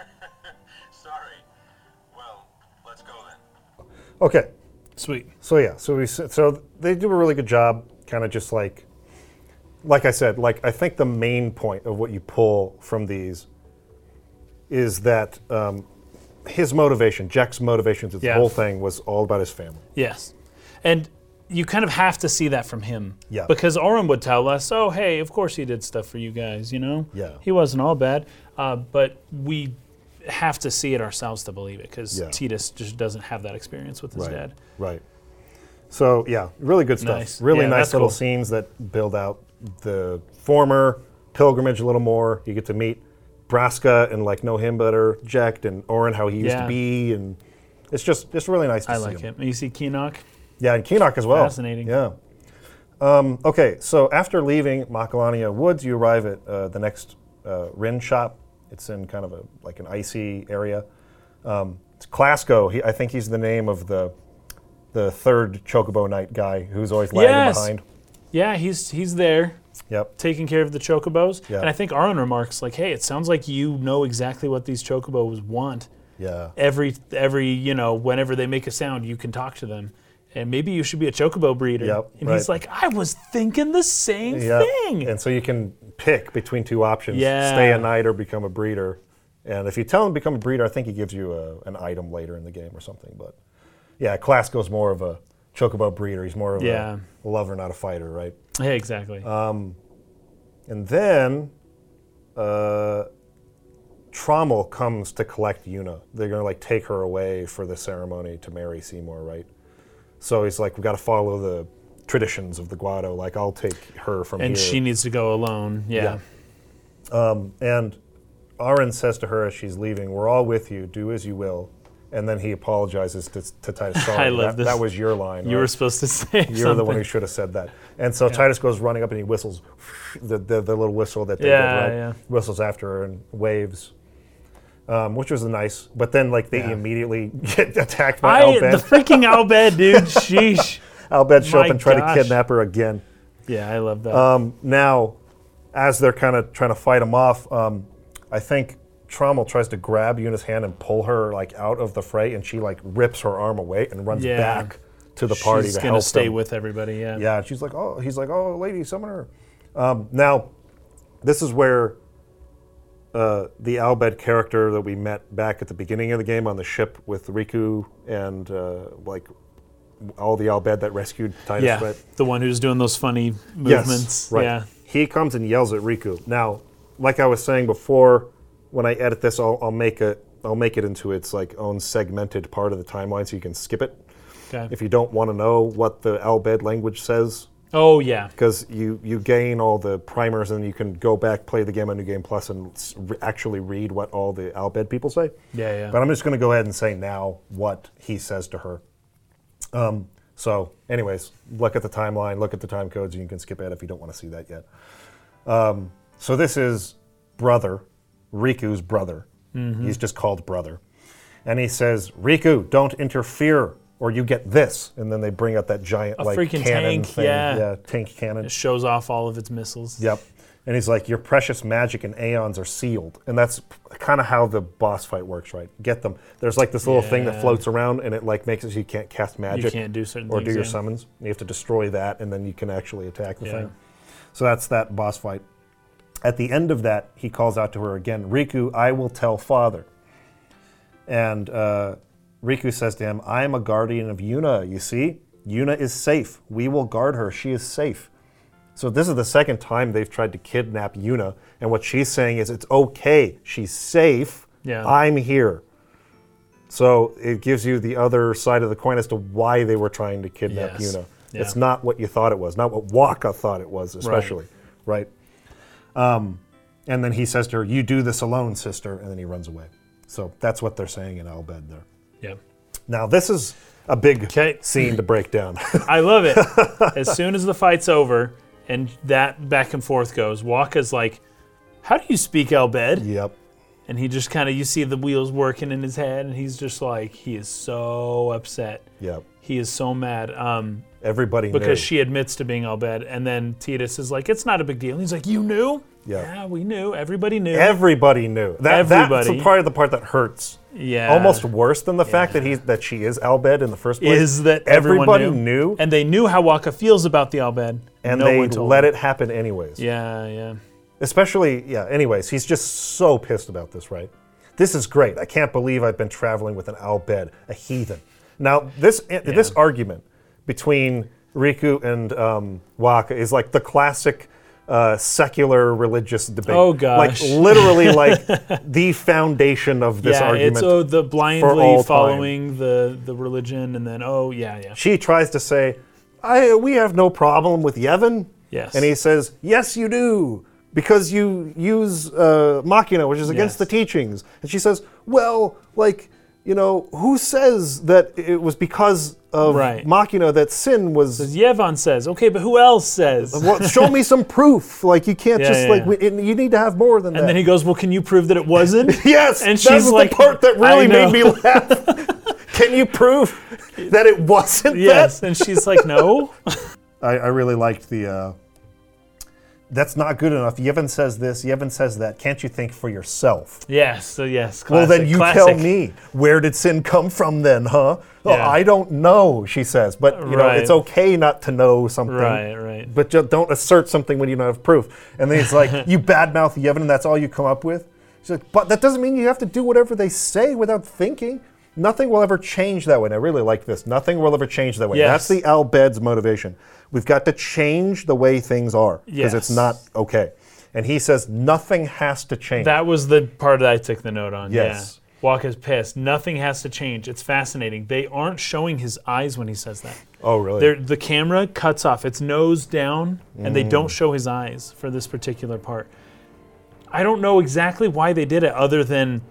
[SPEAKER 3] Sorry. Well, let's go then.
[SPEAKER 1] Okay,
[SPEAKER 2] Sweet.
[SPEAKER 1] So yeah, so we s- so they do a really good job, kind of just like, like I said, like I think the main point of what you pull from these is that um, his motivation, Jack's motivation to the
[SPEAKER 2] Yeah.
[SPEAKER 1] whole thing was all about his family.
[SPEAKER 2] Yes. And you kind of have to see that from him.
[SPEAKER 1] Yeah.
[SPEAKER 2] Because Oren would tell us, oh, hey, of course he did stuff for you guys, you know?
[SPEAKER 1] Yeah.
[SPEAKER 2] He wasn't all bad. Uh, but we have to see it ourselves to believe it because
[SPEAKER 1] Yeah.
[SPEAKER 2] Titus just doesn't have that experience with his
[SPEAKER 1] right.
[SPEAKER 2] dad.
[SPEAKER 1] Right. So yeah, really good stuff.
[SPEAKER 2] Nice.
[SPEAKER 1] Really
[SPEAKER 2] Yeah,
[SPEAKER 1] nice
[SPEAKER 2] that's
[SPEAKER 1] little
[SPEAKER 2] cool.
[SPEAKER 1] scenes that build out the former pilgrimage a little more. You get to meet Braska and like know him better, Jack and Oren, how he used to
[SPEAKER 2] Yeah.
[SPEAKER 1] be, and it's just it's really nice to
[SPEAKER 2] I
[SPEAKER 1] see
[SPEAKER 2] like
[SPEAKER 1] him.
[SPEAKER 2] him. You see Keenock?
[SPEAKER 1] Yeah, and Keenock as well.
[SPEAKER 2] Fascinating.
[SPEAKER 1] Yeah. Um, okay, so after leaving Makalania Woods, you arrive at uh, the next uh, Rin shop. It's in kind of a like an icy area. Um, it's Clasco. He, I think he's the name of the the third Chocobo Knight guy who's always lagging
[SPEAKER 2] Yes.
[SPEAKER 1] behind.
[SPEAKER 2] Yeah, he's he's there
[SPEAKER 1] Yep.
[SPEAKER 2] taking care of the chocobos.
[SPEAKER 1] Yeah.
[SPEAKER 2] And I think Oren remarks, like, hey, it sounds like you know exactly what these chocobos want.
[SPEAKER 1] Yeah.
[SPEAKER 2] Every every, you know, whenever they make a sound, you can talk to them. And maybe you should be a chocobo breeder.
[SPEAKER 1] Yep,
[SPEAKER 2] and he's
[SPEAKER 1] right.
[SPEAKER 2] like, I was thinking the same
[SPEAKER 1] Yeah.
[SPEAKER 2] thing.
[SPEAKER 1] And so you can pick between two options:
[SPEAKER 2] Yeah.
[SPEAKER 1] stay a knight or become a breeder. And if you tell him to become a breeder, I think he gives you a, an item later in the game or something. But yeah, Clasco's more of a chocobo breeder. He's more of
[SPEAKER 2] Yeah.
[SPEAKER 1] a lover, not a fighter, right?
[SPEAKER 2] Yeah, exactly.
[SPEAKER 1] Ah, And then uh, Trommel comes to collect Una. They're gonna like take her away for the ceremony to marry Seymour, right? So he's like, we got to follow the traditions of the Guado. Like, I'll take her from
[SPEAKER 2] and
[SPEAKER 1] here.
[SPEAKER 2] she needs to go alone. Yeah.
[SPEAKER 1] And Aaron says to her as she's leaving, "We're all with you. Do as you will." And then he apologizes to, to Titus. Sorry,
[SPEAKER 2] I
[SPEAKER 1] that,
[SPEAKER 2] love this.
[SPEAKER 1] that was your line.
[SPEAKER 2] You
[SPEAKER 1] right?
[SPEAKER 2] were supposed to say
[SPEAKER 1] You're the one who should have said that. And so Titus goes running up and he whistles the, the, the little whistle that they did,
[SPEAKER 2] Yeah,
[SPEAKER 1] right?
[SPEAKER 2] yeah.
[SPEAKER 1] Whistles after her and waves, um, which was nice. But then, like, they immediately get attacked by
[SPEAKER 2] I, the
[SPEAKER 1] Albed.
[SPEAKER 2] freaking Albed, dude. Sheesh.
[SPEAKER 1] Albed show up
[SPEAKER 2] my
[SPEAKER 1] and try
[SPEAKER 2] gosh.
[SPEAKER 1] to kidnap her again.
[SPEAKER 2] Yeah, I love that.
[SPEAKER 1] Um, now, as they're kind of trying to fight him off, um, I think Trommel tries to grab Una's hand and pull her like out of the fray, and she like rips her arm away and runs
[SPEAKER 2] Yeah.
[SPEAKER 1] back to the party
[SPEAKER 2] She's
[SPEAKER 1] to
[SPEAKER 2] gonna
[SPEAKER 1] help
[SPEAKER 2] stay
[SPEAKER 1] them.
[SPEAKER 2] with everybody. Yeah.
[SPEAKER 1] Yeah, and she's like, oh, he's like, oh, lady, summon her. Um, now, this is where uh, the Albed character that we met back at the beginning of the game on the ship with Riku and uh, like all the Albed that rescued Titus,
[SPEAKER 2] Yeah,
[SPEAKER 1] right?
[SPEAKER 2] the one who's doing those funny movements.
[SPEAKER 1] Yes, right.
[SPEAKER 2] Yeah.
[SPEAKER 1] He comes and yells at Riku. Now, like I was saying before, when I edit this, I'll, I'll make a I'll make it into its like own segmented part of the timeline, so you can skip it
[SPEAKER 2] Okay.
[SPEAKER 1] if you don't want to know what the Albed language says,
[SPEAKER 2] oh yeah.
[SPEAKER 1] because you you gain all the primers and you can go back, play the game on New Game Plus, and s- re- actually read what all the Albed people say.
[SPEAKER 2] Yeah, yeah.
[SPEAKER 1] But I'm just going to go ahead and say now what he says to her. Um, so, anyways, look at the timeline, look at the time codes, and you can skip it if you don't want to see that yet. Um, so, this is brother, Riku's brother.
[SPEAKER 2] Mm-hmm.
[SPEAKER 1] He's just called brother. And he says, Riku, don't interfere or you get this. And then they bring out that giant, like,
[SPEAKER 2] freaking
[SPEAKER 1] cannon
[SPEAKER 2] tank,
[SPEAKER 1] thing.
[SPEAKER 2] yeah.
[SPEAKER 1] tank cannon.
[SPEAKER 2] It shows off all of its missiles.
[SPEAKER 1] Yep. And he's like, Your precious magic and aeons are sealed. And that's kind of how the boss fight works, right? Get them. There's like this little thing that
[SPEAKER 2] Yeah.
[SPEAKER 1] floats around and it like makes it so you can't cast magic
[SPEAKER 2] can't do certain
[SPEAKER 1] or do
[SPEAKER 2] things,
[SPEAKER 1] your
[SPEAKER 2] yeah.
[SPEAKER 1] summons. You have to destroy that and then you can actually attack the
[SPEAKER 2] Yeah.
[SPEAKER 1] thing. So that's that boss fight. At the end of that, he calls out to her again, Riku, I will tell father. And uh, Riku says to him, I am a guardian of Yuna, you see? Yuna is safe. We will guard her. She is safe. So this is the second time they've tried to kidnap Yuna, and what she's saying is it's okay. She's safe.
[SPEAKER 2] Yeah.
[SPEAKER 1] I'm here. So it gives you the other side of the coin as to why they were trying to kidnap
[SPEAKER 2] Yes.
[SPEAKER 1] Yuna.
[SPEAKER 2] Yeah.
[SPEAKER 1] It's not what you thought it was, not what Waka thought it was, especially, right? Um, and then he says to her, "You do this alone, sister," and then he runs away. So that's what they're saying in Albed there.
[SPEAKER 2] Yeah.
[SPEAKER 1] Now this is a big
[SPEAKER 2] 'Kay.
[SPEAKER 1] scene to break down.
[SPEAKER 2] I love it. as soon as the fight's over and that back and forth goes, Waka's like, "How do you speak Albed?"
[SPEAKER 1] yep.
[SPEAKER 2] And he just kind of you see the wheels working in his head, and he's just like, he is so upset.
[SPEAKER 1] Yep.
[SPEAKER 2] He is so mad. Um,
[SPEAKER 1] Everybody
[SPEAKER 2] because
[SPEAKER 1] knew.
[SPEAKER 2] she admits to being Albed, and then Titus is like, "It's not a big deal." And he's like, "You knew?
[SPEAKER 1] Yeah.
[SPEAKER 2] we knew. Everybody knew.
[SPEAKER 1] Everybody knew. That, That's the
[SPEAKER 2] Everybody.
[SPEAKER 1] part of the part that hurts.
[SPEAKER 2] yeah,
[SPEAKER 1] Almost worse than the fact that he's that she is Albed in the first place.
[SPEAKER 2] is that everyone
[SPEAKER 1] everybody
[SPEAKER 2] knew.
[SPEAKER 1] knew,
[SPEAKER 2] and they knew how Waka feels about the Albed,
[SPEAKER 1] and
[SPEAKER 2] no
[SPEAKER 1] they
[SPEAKER 2] one told
[SPEAKER 1] let
[SPEAKER 2] them.
[SPEAKER 1] it happen anyways.
[SPEAKER 2] Yeah, yeah,
[SPEAKER 1] Especially, yeah. Anyways, he's just so pissed about this, right? This is great. I can't believe I've been traveling with an Albed, a heathen. Now this this argument between Riku and um, Waka is like the classic uh, secular religious debate.
[SPEAKER 2] Oh, gosh.
[SPEAKER 1] Like literally like the foundation of this
[SPEAKER 2] yeah,
[SPEAKER 1] argument.
[SPEAKER 2] it's oh
[SPEAKER 1] all
[SPEAKER 2] the blindly
[SPEAKER 1] time.
[SPEAKER 2] following the the religion, and then oh yeah yeah
[SPEAKER 1] she tries to say, I, "We have no problem with Yevon."
[SPEAKER 2] Yes.
[SPEAKER 1] And he says, "Yes, you do, because you use uh, Machina, which is against
[SPEAKER 2] Yes.
[SPEAKER 1] the teachings." And she says, "Well, like, you know, who says that it was because of
[SPEAKER 2] Right.
[SPEAKER 1] Machina that sin was?"
[SPEAKER 2] Yevon says okay, but who else says?
[SPEAKER 1] Well, show me some proof. Like you can't
[SPEAKER 2] Yeah,
[SPEAKER 1] just
[SPEAKER 2] yeah,
[SPEAKER 1] like
[SPEAKER 2] yeah.
[SPEAKER 1] we, it, you need to have more than that.
[SPEAKER 2] And then he goes, well, can you prove that it wasn't?
[SPEAKER 1] yes,
[SPEAKER 2] and
[SPEAKER 1] that
[SPEAKER 2] she's
[SPEAKER 1] was
[SPEAKER 2] like,
[SPEAKER 1] the part that
[SPEAKER 2] "I
[SPEAKER 1] really made
[SPEAKER 2] know."
[SPEAKER 1] me laugh. Can you prove that it wasn't that?
[SPEAKER 2] Yes, and she's like, no.
[SPEAKER 1] I, I really liked the. Uh, That's not good enough. Yevon says this. Yevon says that. Can't you think for yourself?
[SPEAKER 2] yes, so yes.
[SPEAKER 1] well,
[SPEAKER 2] classic,
[SPEAKER 1] then you
[SPEAKER 2] classic.
[SPEAKER 1] tell me. Where did sin come from, then, huh? Well,
[SPEAKER 2] Yeah.
[SPEAKER 1] I don't know. She says, but you know,
[SPEAKER 2] Right.
[SPEAKER 1] it's okay not to know something.
[SPEAKER 2] Right, right.
[SPEAKER 1] But ju- don't assert something when you don't have proof. And then he's like, "You badmouth Yevon, and that's all you come up with." She's like, "But that doesn't mean you have to do whatever they say without thinking." Nothing will ever change that way. And I really like this. Nothing will ever change that way. That's
[SPEAKER 2] Yes.
[SPEAKER 1] the Al Bed's motivation. We've got to change the way things are because it's
[SPEAKER 2] Yes.
[SPEAKER 1] not okay. And he says nothing has to change.
[SPEAKER 2] That was the part that I took the note on.
[SPEAKER 1] Yes.
[SPEAKER 2] Yeah. Walker's pissed. Nothing has to change. It's fascinating. They aren't showing his eyes when he says that.
[SPEAKER 1] oh, really?
[SPEAKER 2] They're, the camera cuts off. It's nose down, and they
[SPEAKER 1] Mm.
[SPEAKER 2] don't show his eyes for this particular part. I don't know exactly why they did it, other than,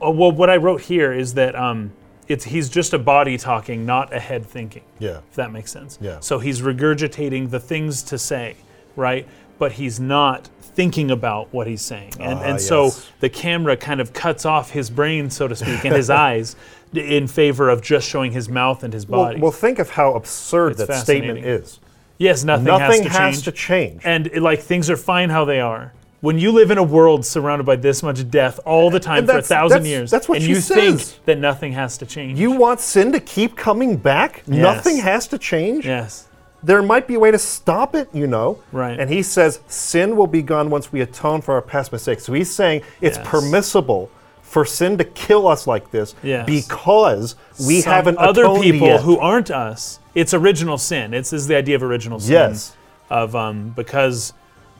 [SPEAKER 2] oh, well, what I wrote here is that um, it's he's just a body talking, not a head thinking.
[SPEAKER 1] yeah.
[SPEAKER 2] If that makes sense.
[SPEAKER 1] Yeah.
[SPEAKER 2] So he's regurgitating the things to say, right? But he's not thinking about what he's saying, and
[SPEAKER 1] Ah,
[SPEAKER 2] and so
[SPEAKER 1] yes.
[SPEAKER 2] the camera kind of cuts off his brain, so to speak, and his eyes, d- in favor of just showing his mouth and his
[SPEAKER 1] Well,
[SPEAKER 2] body.
[SPEAKER 1] well, think of how absurd
[SPEAKER 2] It's
[SPEAKER 1] that statement
[SPEAKER 2] fascinating.
[SPEAKER 1] is.
[SPEAKER 2] Yes, nothing,
[SPEAKER 1] Nothing
[SPEAKER 2] has to change.
[SPEAKER 1] change.
[SPEAKER 2] and it, like things are fine how they are. When you live in a world surrounded by this much death all the time
[SPEAKER 1] And
[SPEAKER 2] for a
[SPEAKER 1] that's-
[SPEAKER 2] thousand
[SPEAKER 1] that's-
[SPEAKER 2] years,
[SPEAKER 1] that's what
[SPEAKER 2] and
[SPEAKER 1] she
[SPEAKER 2] you
[SPEAKER 1] says.
[SPEAKER 2] think that nothing has to change.
[SPEAKER 1] You want sin to keep coming back? Nothing has to change?
[SPEAKER 2] yes,
[SPEAKER 1] There might be a way to stop it, you know?
[SPEAKER 2] Right.
[SPEAKER 1] And he says sin will be gone once we atone for our past mistakes. So he's saying it's
[SPEAKER 2] Yes.
[SPEAKER 1] permissible for sin to kill us like this
[SPEAKER 2] Yes.
[SPEAKER 1] because we
[SPEAKER 2] Some
[SPEAKER 1] haven't
[SPEAKER 2] other
[SPEAKER 1] atoned
[SPEAKER 2] people
[SPEAKER 1] yet.
[SPEAKER 2] who aren't us. It's original sin. It's this is the idea of original sin.
[SPEAKER 1] Yes.
[SPEAKER 2] Of um because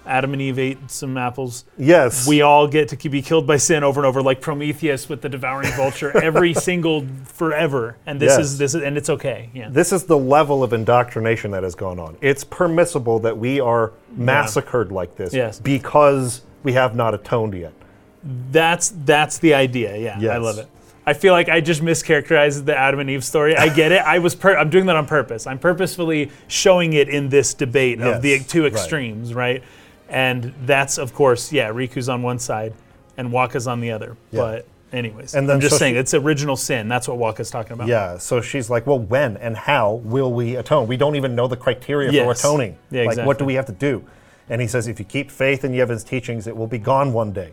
[SPEAKER 2] Adam and Eve ate some apples.
[SPEAKER 1] Yes.
[SPEAKER 2] We all get to be killed by sin over and over, like Prometheus with the devouring vulture, every single forever. And this
[SPEAKER 1] Yes.
[SPEAKER 2] is this is, and it's okay. Yeah.
[SPEAKER 1] this is the level of indoctrination that has gone on. It's permissible that we are massacred like this
[SPEAKER 2] Yes.
[SPEAKER 1] because we have not atoned yet.
[SPEAKER 2] That's that's the idea. Yeah, I
[SPEAKER 1] Yes.
[SPEAKER 2] love it. I feel like I just mischaracterized the Adam and Eve story. I get it. I was per- I'm doing that on purpose. I'm purposefully showing it in this debate of the
[SPEAKER 1] Yes,
[SPEAKER 2] two
[SPEAKER 1] right.
[SPEAKER 2] extremes, right. And that's of course, yeah, Riku's on one side and Waka's on the other. But anyways,
[SPEAKER 1] And
[SPEAKER 2] and
[SPEAKER 1] then
[SPEAKER 2] I'm just
[SPEAKER 1] so
[SPEAKER 2] saying
[SPEAKER 1] she-
[SPEAKER 2] it's original sin. That's what Waka's talking about.
[SPEAKER 1] Yeah, so she's like, well, when and how will we atone? We don't even know the criteria for
[SPEAKER 2] Yes.
[SPEAKER 1] atoning.
[SPEAKER 2] Yeah,
[SPEAKER 1] like, what do
[SPEAKER 2] exactly.
[SPEAKER 1] we have to do? And he says, if you keep faith in Yevin's teachings, it will be gone one day.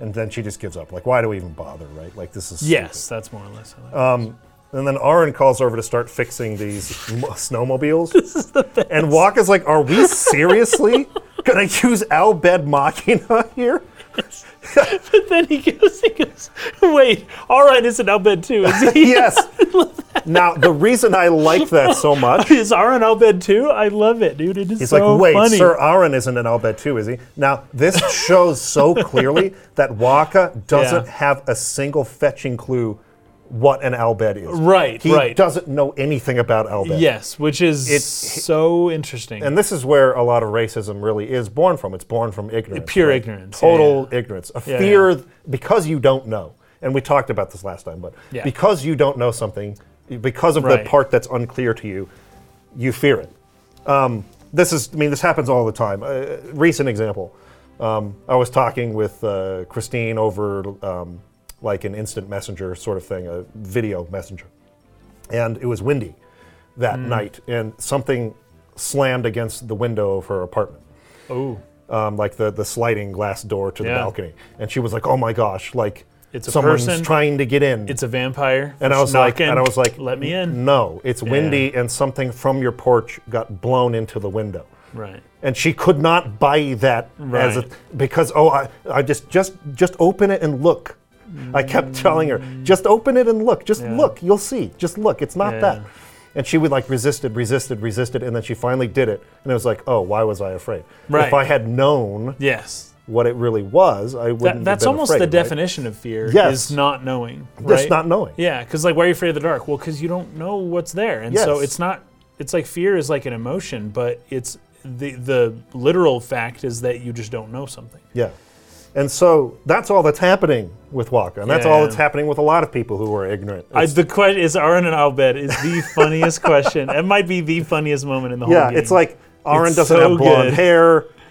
[SPEAKER 1] And then she just gives up. Like, why do we even bother, right? Like, this is.
[SPEAKER 2] Yes, that's more or less. how it-
[SPEAKER 1] stupid. And then Aaron calls over to start fixing these m- snowmobiles. This is the best. And Walk is like, are we seriously going to use Albed Machina here?
[SPEAKER 2] But then he goes, he goes, wait, all right, it's an Albed too. Is he?
[SPEAKER 1] Yes. now, the reason I like that so much
[SPEAKER 2] Is Aaron Albed too? I love it, dude. It is
[SPEAKER 1] He's
[SPEAKER 2] so
[SPEAKER 1] like, wait,
[SPEAKER 2] funny.
[SPEAKER 1] Sir Aaron isn't an Albed too, is he? Now, this shows so clearly that Waka doesn't
[SPEAKER 2] Yeah.
[SPEAKER 1] have a single fetching clue what an Albed is.
[SPEAKER 2] Right,
[SPEAKER 1] He
[SPEAKER 2] right.
[SPEAKER 1] doesn't know anything about Albed.
[SPEAKER 2] Yes, which is
[SPEAKER 1] It's-
[SPEAKER 2] so interesting.
[SPEAKER 1] And this is where a lot of racism really is born from. It's born from ignorance.
[SPEAKER 2] Pure ignorance, yeah,
[SPEAKER 1] Total ignorance. A
[SPEAKER 2] Yeah,
[SPEAKER 1] fear
[SPEAKER 2] yeah.
[SPEAKER 1] th- because you don't know. And we talked about this last time, but
[SPEAKER 2] Yeah.
[SPEAKER 1] because you don't know something, because of
[SPEAKER 2] Right.
[SPEAKER 1] the part that's unclear to you, you fear it. Um, this is, I mean, this happens all the time. Uh, recent example. Um, I was talking with uh, Christine over um, like an instant messenger sort of thing, a video messenger. And it was windy that
[SPEAKER 2] Hmm.
[SPEAKER 1] night, and something slammed against the window of her apartment
[SPEAKER 2] oh,
[SPEAKER 1] um, like the, the sliding glass door to the
[SPEAKER 2] Yeah.
[SPEAKER 1] balcony. And she was like, oh my gosh, like
[SPEAKER 2] It's a
[SPEAKER 1] someone's
[SPEAKER 2] person.
[SPEAKER 1] trying to get in.
[SPEAKER 2] it's a vampire.
[SPEAKER 1] and I was like,
[SPEAKER 2] knocking.
[SPEAKER 1] and I was like,
[SPEAKER 2] let me in.
[SPEAKER 1] No, it's windy and something from your porch got blown into the window.
[SPEAKER 2] Right.
[SPEAKER 1] And she could not buy that as a,
[SPEAKER 2] Right.
[SPEAKER 1] because oh I, I just just just open it and look. I kept telling her, just open it and look, just look, you'll see, just look. It's not
[SPEAKER 2] Mm. Yeah.
[SPEAKER 1] that. And she would like resisted, resisted, resisted, and then she finally did it. And it was like, oh, why was I afraid?
[SPEAKER 2] Right.
[SPEAKER 1] If I had known
[SPEAKER 2] yes.
[SPEAKER 1] what it really was, I wouldn't.
[SPEAKER 2] That,
[SPEAKER 1] have
[SPEAKER 2] that's
[SPEAKER 1] been
[SPEAKER 2] almost
[SPEAKER 1] afraid,
[SPEAKER 2] the
[SPEAKER 1] right?
[SPEAKER 2] definition of fear
[SPEAKER 1] Yes.
[SPEAKER 2] is not knowing. Right?
[SPEAKER 1] Just not knowing.
[SPEAKER 2] Yeah, because like, why are you afraid of the dark? Well, because you don't know what's there, and so
[SPEAKER 1] Yes.
[SPEAKER 2] it's not. It's like fear is like an emotion, but it's the the literal fact is that you just don't know something.
[SPEAKER 1] Yeah. And so that's all that's happening with Waka, and that's all
[SPEAKER 2] Yeah.
[SPEAKER 1] that's happening with a lot of people who are ignorant.
[SPEAKER 2] I,
[SPEAKER 1] It's-
[SPEAKER 2] the question is Aaron and Albed is the funniest question. It might be the funniest moment in the whole
[SPEAKER 1] yeah,
[SPEAKER 2] game.
[SPEAKER 1] it's like Aaron
[SPEAKER 2] It's
[SPEAKER 1] doesn't
[SPEAKER 2] so
[SPEAKER 1] have blonde
[SPEAKER 2] good.
[SPEAKER 1] hair.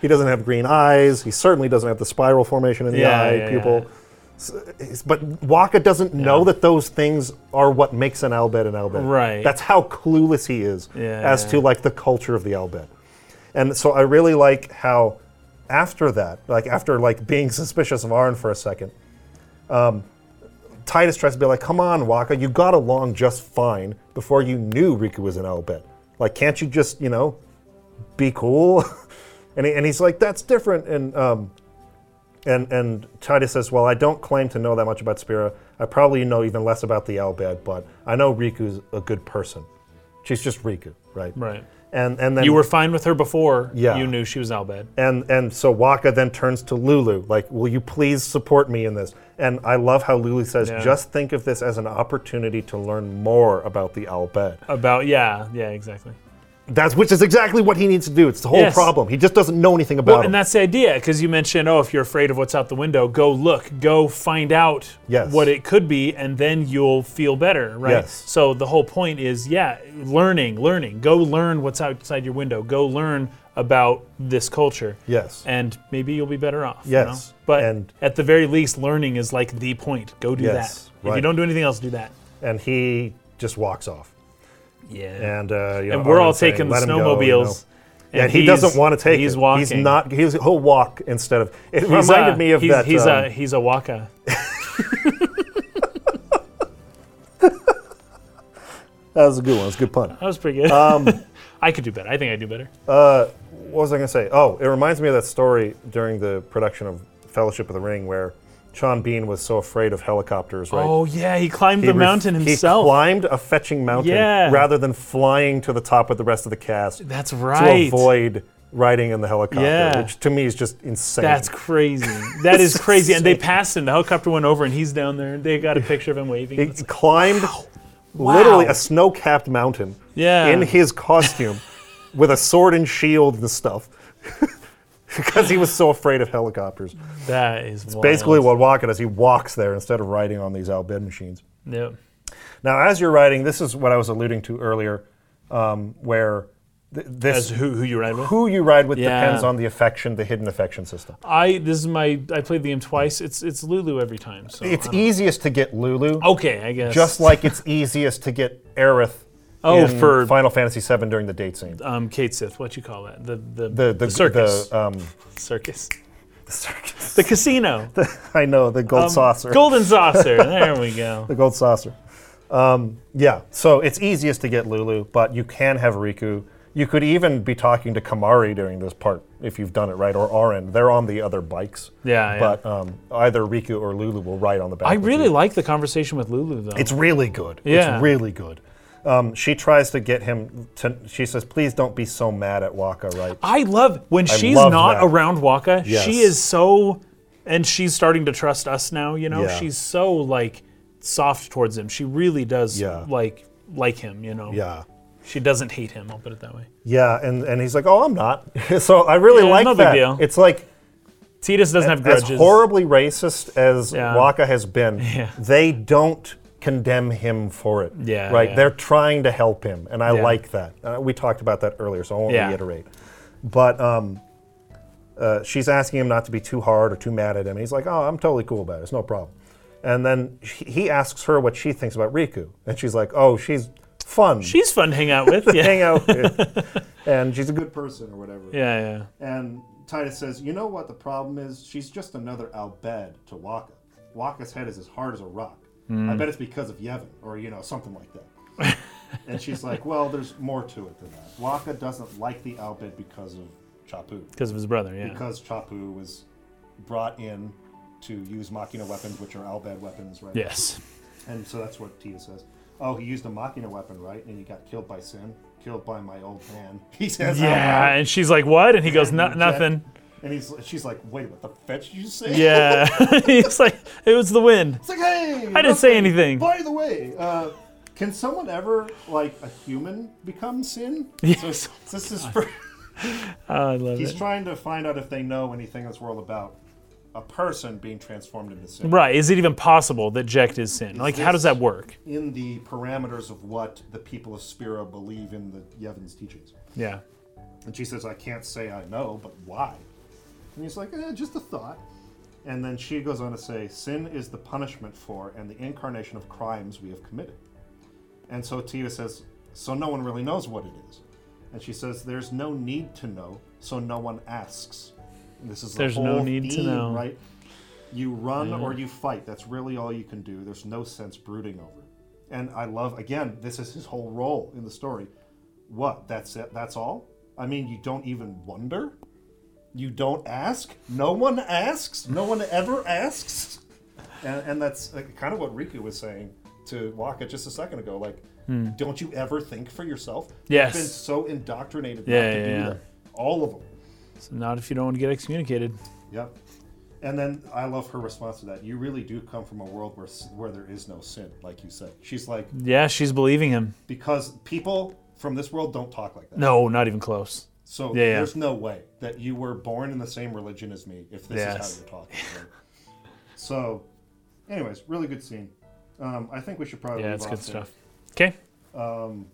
[SPEAKER 1] He doesn't have green eyes. He certainly doesn't have the spiral formation in the
[SPEAKER 2] Yeah,
[SPEAKER 1] eye
[SPEAKER 2] yeah,
[SPEAKER 1] pupil. So, it's- but Waka doesn't know that those things are what makes an Albed an Albed.
[SPEAKER 2] Right.
[SPEAKER 1] That's how clueless he is
[SPEAKER 2] Yeah.
[SPEAKER 1] as to like the culture of the Albed. And so I really like how after that, like after like being suspicious of Aaron for a second, um, Titus tries to be like, come on, Waka, you got along just fine before you knew Riku was an Albed. Like, can't you just, you know, be cool? and, he, and he's like, that's different. And, um, and, and Titus says, well, I don't claim to know that much about Spira. I probably know even less about the Albed, but I know Riku's a good person. She's just Riku, right?
[SPEAKER 2] right.
[SPEAKER 1] And, and then
[SPEAKER 2] You were fine with her before
[SPEAKER 1] Yeah.
[SPEAKER 2] you knew she was Albed.
[SPEAKER 1] and and so Waka then turns to Lulu, like, "Will you please support me in this?" And I love how Lulu says,
[SPEAKER 2] Yeah.
[SPEAKER 1] "Just think of this as an opportunity to learn more about the Albed."
[SPEAKER 2] About yeah, yeah, exactly.
[SPEAKER 1] That's which is exactly what he needs to do. It's the whole
[SPEAKER 2] Yes.
[SPEAKER 1] problem. He just doesn't know anything about
[SPEAKER 2] Well,
[SPEAKER 1] it.
[SPEAKER 2] and that's the idea because you mentioned, oh, if you're afraid of what's out the window, go look, go find out
[SPEAKER 1] Yes.
[SPEAKER 2] what it could be, and then you'll feel better, right?
[SPEAKER 1] Yes.
[SPEAKER 2] So the whole point is, yeah, learning, learning. Go learn what's outside your window. Go learn about this culture.
[SPEAKER 1] Yes.
[SPEAKER 2] And maybe you'll be better off. you
[SPEAKER 1] Yes.
[SPEAKER 2] know? But
[SPEAKER 1] And-
[SPEAKER 2] at the very least, learning is like the point. Go do
[SPEAKER 1] Yes,
[SPEAKER 2] that. If you
[SPEAKER 1] right.
[SPEAKER 2] don't do anything else, do that.
[SPEAKER 1] and he just walks off.
[SPEAKER 2] Yeah.
[SPEAKER 1] And uh, you know,
[SPEAKER 2] And we're all
[SPEAKER 1] Armin's saying,
[SPEAKER 2] taking the
[SPEAKER 1] "Let him go," you know.
[SPEAKER 2] snowmobiles.
[SPEAKER 1] And, he doesn't
[SPEAKER 2] he's-
[SPEAKER 1] want to take
[SPEAKER 2] he's
[SPEAKER 1] it.
[SPEAKER 2] Walking.
[SPEAKER 1] He's not. He's, he'll walk instead of. It
[SPEAKER 2] He's
[SPEAKER 1] reminded
[SPEAKER 2] a-
[SPEAKER 1] me of
[SPEAKER 2] he's,
[SPEAKER 1] that.
[SPEAKER 2] He's uh,
[SPEAKER 1] um,
[SPEAKER 2] a he's a waka.
[SPEAKER 1] that was a good one. It was a good pun.
[SPEAKER 2] That was pretty good.
[SPEAKER 1] Um,
[SPEAKER 2] I could do better. I think I do better.
[SPEAKER 1] what was I going to say? Oh, it reminds me of that story during the production of Fellowship of the Ring where Sean Bean was so afraid of helicopters, right?
[SPEAKER 2] Oh yeah, he climbed
[SPEAKER 1] He
[SPEAKER 2] the
[SPEAKER 1] ref-
[SPEAKER 2] mountain himself.
[SPEAKER 1] He climbed a fetching mountain
[SPEAKER 2] Yeah.
[SPEAKER 1] rather than flying to the top with the rest of the cast
[SPEAKER 2] That's
[SPEAKER 1] to
[SPEAKER 2] right.
[SPEAKER 1] avoid riding in the helicopter,
[SPEAKER 2] Yeah.
[SPEAKER 1] which to me is just insane.
[SPEAKER 2] That's crazy. That is crazy. And they passed him. The helicopter went over, and he's down there. They got a picture of him waving.
[SPEAKER 1] he
[SPEAKER 2] It's like,
[SPEAKER 1] climbed literally
[SPEAKER 2] Wow.
[SPEAKER 1] a snow-capped mountain
[SPEAKER 2] Yeah.
[SPEAKER 1] in his costume with a sword and shield and stuff because he was so afraid of helicopters.
[SPEAKER 2] that is wild.
[SPEAKER 1] basically what Walken is he walks there instead of riding on these Albed machines.
[SPEAKER 2] Yep.
[SPEAKER 1] Now, as you're riding, this is what I was alluding to earlier, um, where th-
[SPEAKER 2] As
[SPEAKER 1] this
[SPEAKER 2] who who you ride with?
[SPEAKER 1] who you ride with
[SPEAKER 2] Yeah. Oh,
[SPEAKER 1] depends on the affection, the hidden affection system.
[SPEAKER 2] I this is my I played the game twice. It's it's Lulu every time. So
[SPEAKER 1] It's
[SPEAKER 2] I don't- Oh.
[SPEAKER 1] easiest to get Lulu,
[SPEAKER 2] okay. I guess
[SPEAKER 1] just like it's easiest to get Aerith
[SPEAKER 2] Oh,
[SPEAKER 1] in
[SPEAKER 2] for-
[SPEAKER 1] Final Fantasy VII during the date scene.
[SPEAKER 2] um Kate Sith. What you call that? The the
[SPEAKER 1] The the,
[SPEAKER 2] circus
[SPEAKER 1] the, um,
[SPEAKER 2] circus. The Um, casino.
[SPEAKER 1] I know the gold saucer.
[SPEAKER 2] Golden saucer. There we go.
[SPEAKER 1] the gold saucer. Um, yeah, so it's easiest to get Lulu, but you can have Riku. You could even be talking to Kamari during this part if you've done it right, or Auron. They're on the other bikes.
[SPEAKER 2] Yeah, yeah.
[SPEAKER 1] But um, either Riku or Lulu will ride on the back.
[SPEAKER 2] I
[SPEAKER 1] with
[SPEAKER 2] really
[SPEAKER 1] you.
[SPEAKER 2] like the conversation with Lulu though.
[SPEAKER 1] It's really good.
[SPEAKER 2] Yeah.
[SPEAKER 1] It's really good. Um, she tries to get him to. She says, "Please don't be so mad at Waka, right?"
[SPEAKER 2] I love when she's
[SPEAKER 1] love
[SPEAKER 2] not
[SPEAKER 1] that.
[SPEAKER 2] around Waka.
[SPEAKER 1] Yes.
[SPEAKER 2] She is so, and she's starting to trust us now. You know,
[SPEAKER 1] Yeah.
[SPEAKER 2] she's so like soft towards him. She really does
[SPEAKER 1] Yeah.
[SPEAKER 2] like like him. You know,
[SPEAKER 1] Yeah.
[SPEAKER 2] she doesn't hate him. I'll put it that way.
[SPEAKER 1] Yeah, and, and he's like, "Oh, I'm not." so I really
[SPEAKER 2] Yeah,
[SPEAKER 1] like
[SPEAKER 2] no big
[SPEAKER 1] that.
[SPEAKER 2] deal.
[SPEAKER 1] It's like
[SPEAKER 2] Titus doesn't have grudges.
[SPEAKER 1] as horribly racist as
[SPEAKER 2] Yeah.
[SPEAKER 1] Waka has been,
[SPEAKER 2] Yeah.
[SPEAKER 1] they don't condemn him for it.
[SPEAKER 2] Yeah,
[SPEAKER 1] right.
[SPEAKER 2] yeah.
[SPEAKER 1] They're trying to help him, and I
[SPEAKER 2] Yeah.
[SPEAKER 1] like that. Uh, we talked about that earlier, so I won't
[SPEAKER 2] Yeah.
[SPEAKER 1] reiterate. But um, uh, she's asking him not to be too hard or too mad at him. He's like, "Oh, I'm totally cool about it. It's no problem." And then he he asks her what she thinks about Riku, and she's like, "Oh, she's fun.
[SPEAKER 2] She's fun to hang out with. Yeah,
[SPEAKER 1] hang out with, and she's a good person or whatever."
[SPEAKER 2] yeah, yeah.
[SPEAKER 1] And Titus says, You know what the problem is? She's just another Albed to Waka. Waka's head is as hard as a rock. I bet it's because of Yevon, or, you know, something like that. and she's like, Well, there's more to it than that. Waka doesn't like the Albed because of Chapu.
[SPEAKER 2] Because of his brother. Yeah.
[SPEAKER 1] Because Chapu was brought in to use Machina weapons, which are Albed weapons, right?
[SPEAKER 2] yes.
[SPEAKER 1] And so that's what Tia says. Oh, he used a Machina weapon, right? And he got killed by Sin. Killed by my old man. He says, "Oh, out
[SPEAKER 2] Yeah,
[SPEAKER 1] loud.
[SPEAKER 2] and she's like, "What?" And he goes, "No-
[SPEAKER 1] Jack.
[SPEAKER 2] "Nothing."
[SPEAKER 1] And he's, she's like, wait, what the fetch did you say?
[SPEAKER 2] Yeah, it's like it was the wind.
[SPEAKER 1] It's like, hey!
[SPEAKER 2] I didn't say anything.
[SPEAKER 1] By the way, uh, can someone ever, like, a human become Sin?
[SPEAKER 2] Yes.
[SPEAKER 1] So this is for,
[SPEAKER 2] Oh, I love
[SPEAKER 1] he's
[SPEAKER 2] it.
[SPEAKER 1] trying to find out if they know anything in this world about a person being transformed into Sin.
[SPEAKER 2] Right? Is it even possible that Jekt is sin? Like, how does
[SPEAKER 1] this-
[SPEAKER 2] that work?
[SPEAKER 1] In the parameters of what the people of Spiro believe in the Yevon's teachings.
[SPEAKER 2] Yeah.
[SPEAKER 1] And she says, I can't say I know, but why? And he's like, eh, just a thought. And then she goes on to say, Sin is the punishment for and the incarnation of crimes we have committed. And so Tia says, So no one really knows what it is. And she says, There's no need to know, so no one asks. And this is the
[SPEAKER 2] There's
[SPEAKER 1] whole
[SPEAKER 2] no need to
[SPEAKER 1] theme,
[SPEAKER 2] know.
[SPEAKER 1] right? You run or you fight. That's really all you can do. There's no sense brooding over it. And I love again, this is his whole role in the story. What? That's it? That's all? I mean, you don't even wonder? You don't ask? No one asks? No one ever asks? And, and that's like, kind of what Riku was saying to Waka just a second ago. Like, don't you ever think for yourself?
[SPEAKER 2] Hmm. Yes.
[SPEAKER 1] You've been so indoctrinated
[SPEAKER 2] Yeah,
[SPEAKER 1] not to
[SPEAKER 2] yeah,
[SPEAKER 1] do
[SPEAKER 2] yeah.
[SPEAKER 1] that. All of them.
[SPEAKER 2] So not if you don't want to get excommunicated.
[SPEAKER 1] Yep. And then I love her response to that. You really do come from a world where s- where there is no sin, like you said. She's like,
[SPEAKER 2] Yeah, she's believing him.
[SPEAKER 1] because people from this world don't talk like that.
[SPEAKER 2] No, not even close.
[SPEAKER 1] So
[SPEAKER 2] Yeah, yeah.
[SPEAKER 1] there's no way that you were born in the same religion as me if this
[SPEAKER 2] Yes.
[SPEAKER 1] is how you're talking. right? so, anyways, really good scene. Um, I think we should probably
[SPEAKER 2] Yeah,
[SPEAKER 1] leave
[SPEAKER 2] it's
[SPEAKER 1] off
[SPEAKER 2] good
[SPEAKER 1] there.
[SPEAKER 2] stuff. Okay.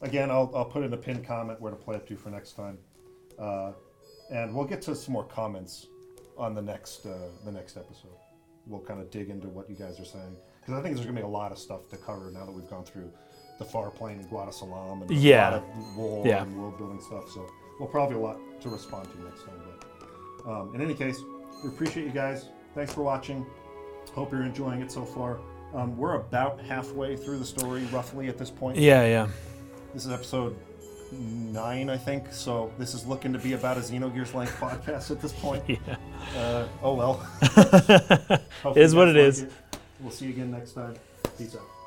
[SPEAKER 1] Again, I'll, I'll put in a pinned comment where to play it to for next time, uh, and we'll get to some more comments on the next uh, the next episode. We'll kind of dig into what you guys are saying because I think there's going to be a lot of stuff to cover now that we've gone through the far plane and Guadalajara and a
[SPEAKER 2] Yeah.
[SPEAKER 1] lot of war
[SPEAKER 2] Yeah.
[SPEAKER 1] and world building stuff. So we'll probably have a lot to respond to next time. But um, in any case, we appreciate you guys. Thanks for watching. Hope you're enjoying it so far. Um, we're about halfway through the story, roughly at this point.
[SPEAKER 2] Yeah, yeah.
[SPEAKER 1] This is episode nine, I think. So this is looking to be about a Xenogears length podcast at this point. Uh, oh well. Hopefully
[SPEAKER 2] Is
[SPEAKER 1] you
[SPEAKER 2] what
[SPEAKER 1] guys
[SPEAKER 2] it is.
[SPEAKER 1] We'll see you again next time. Peace out.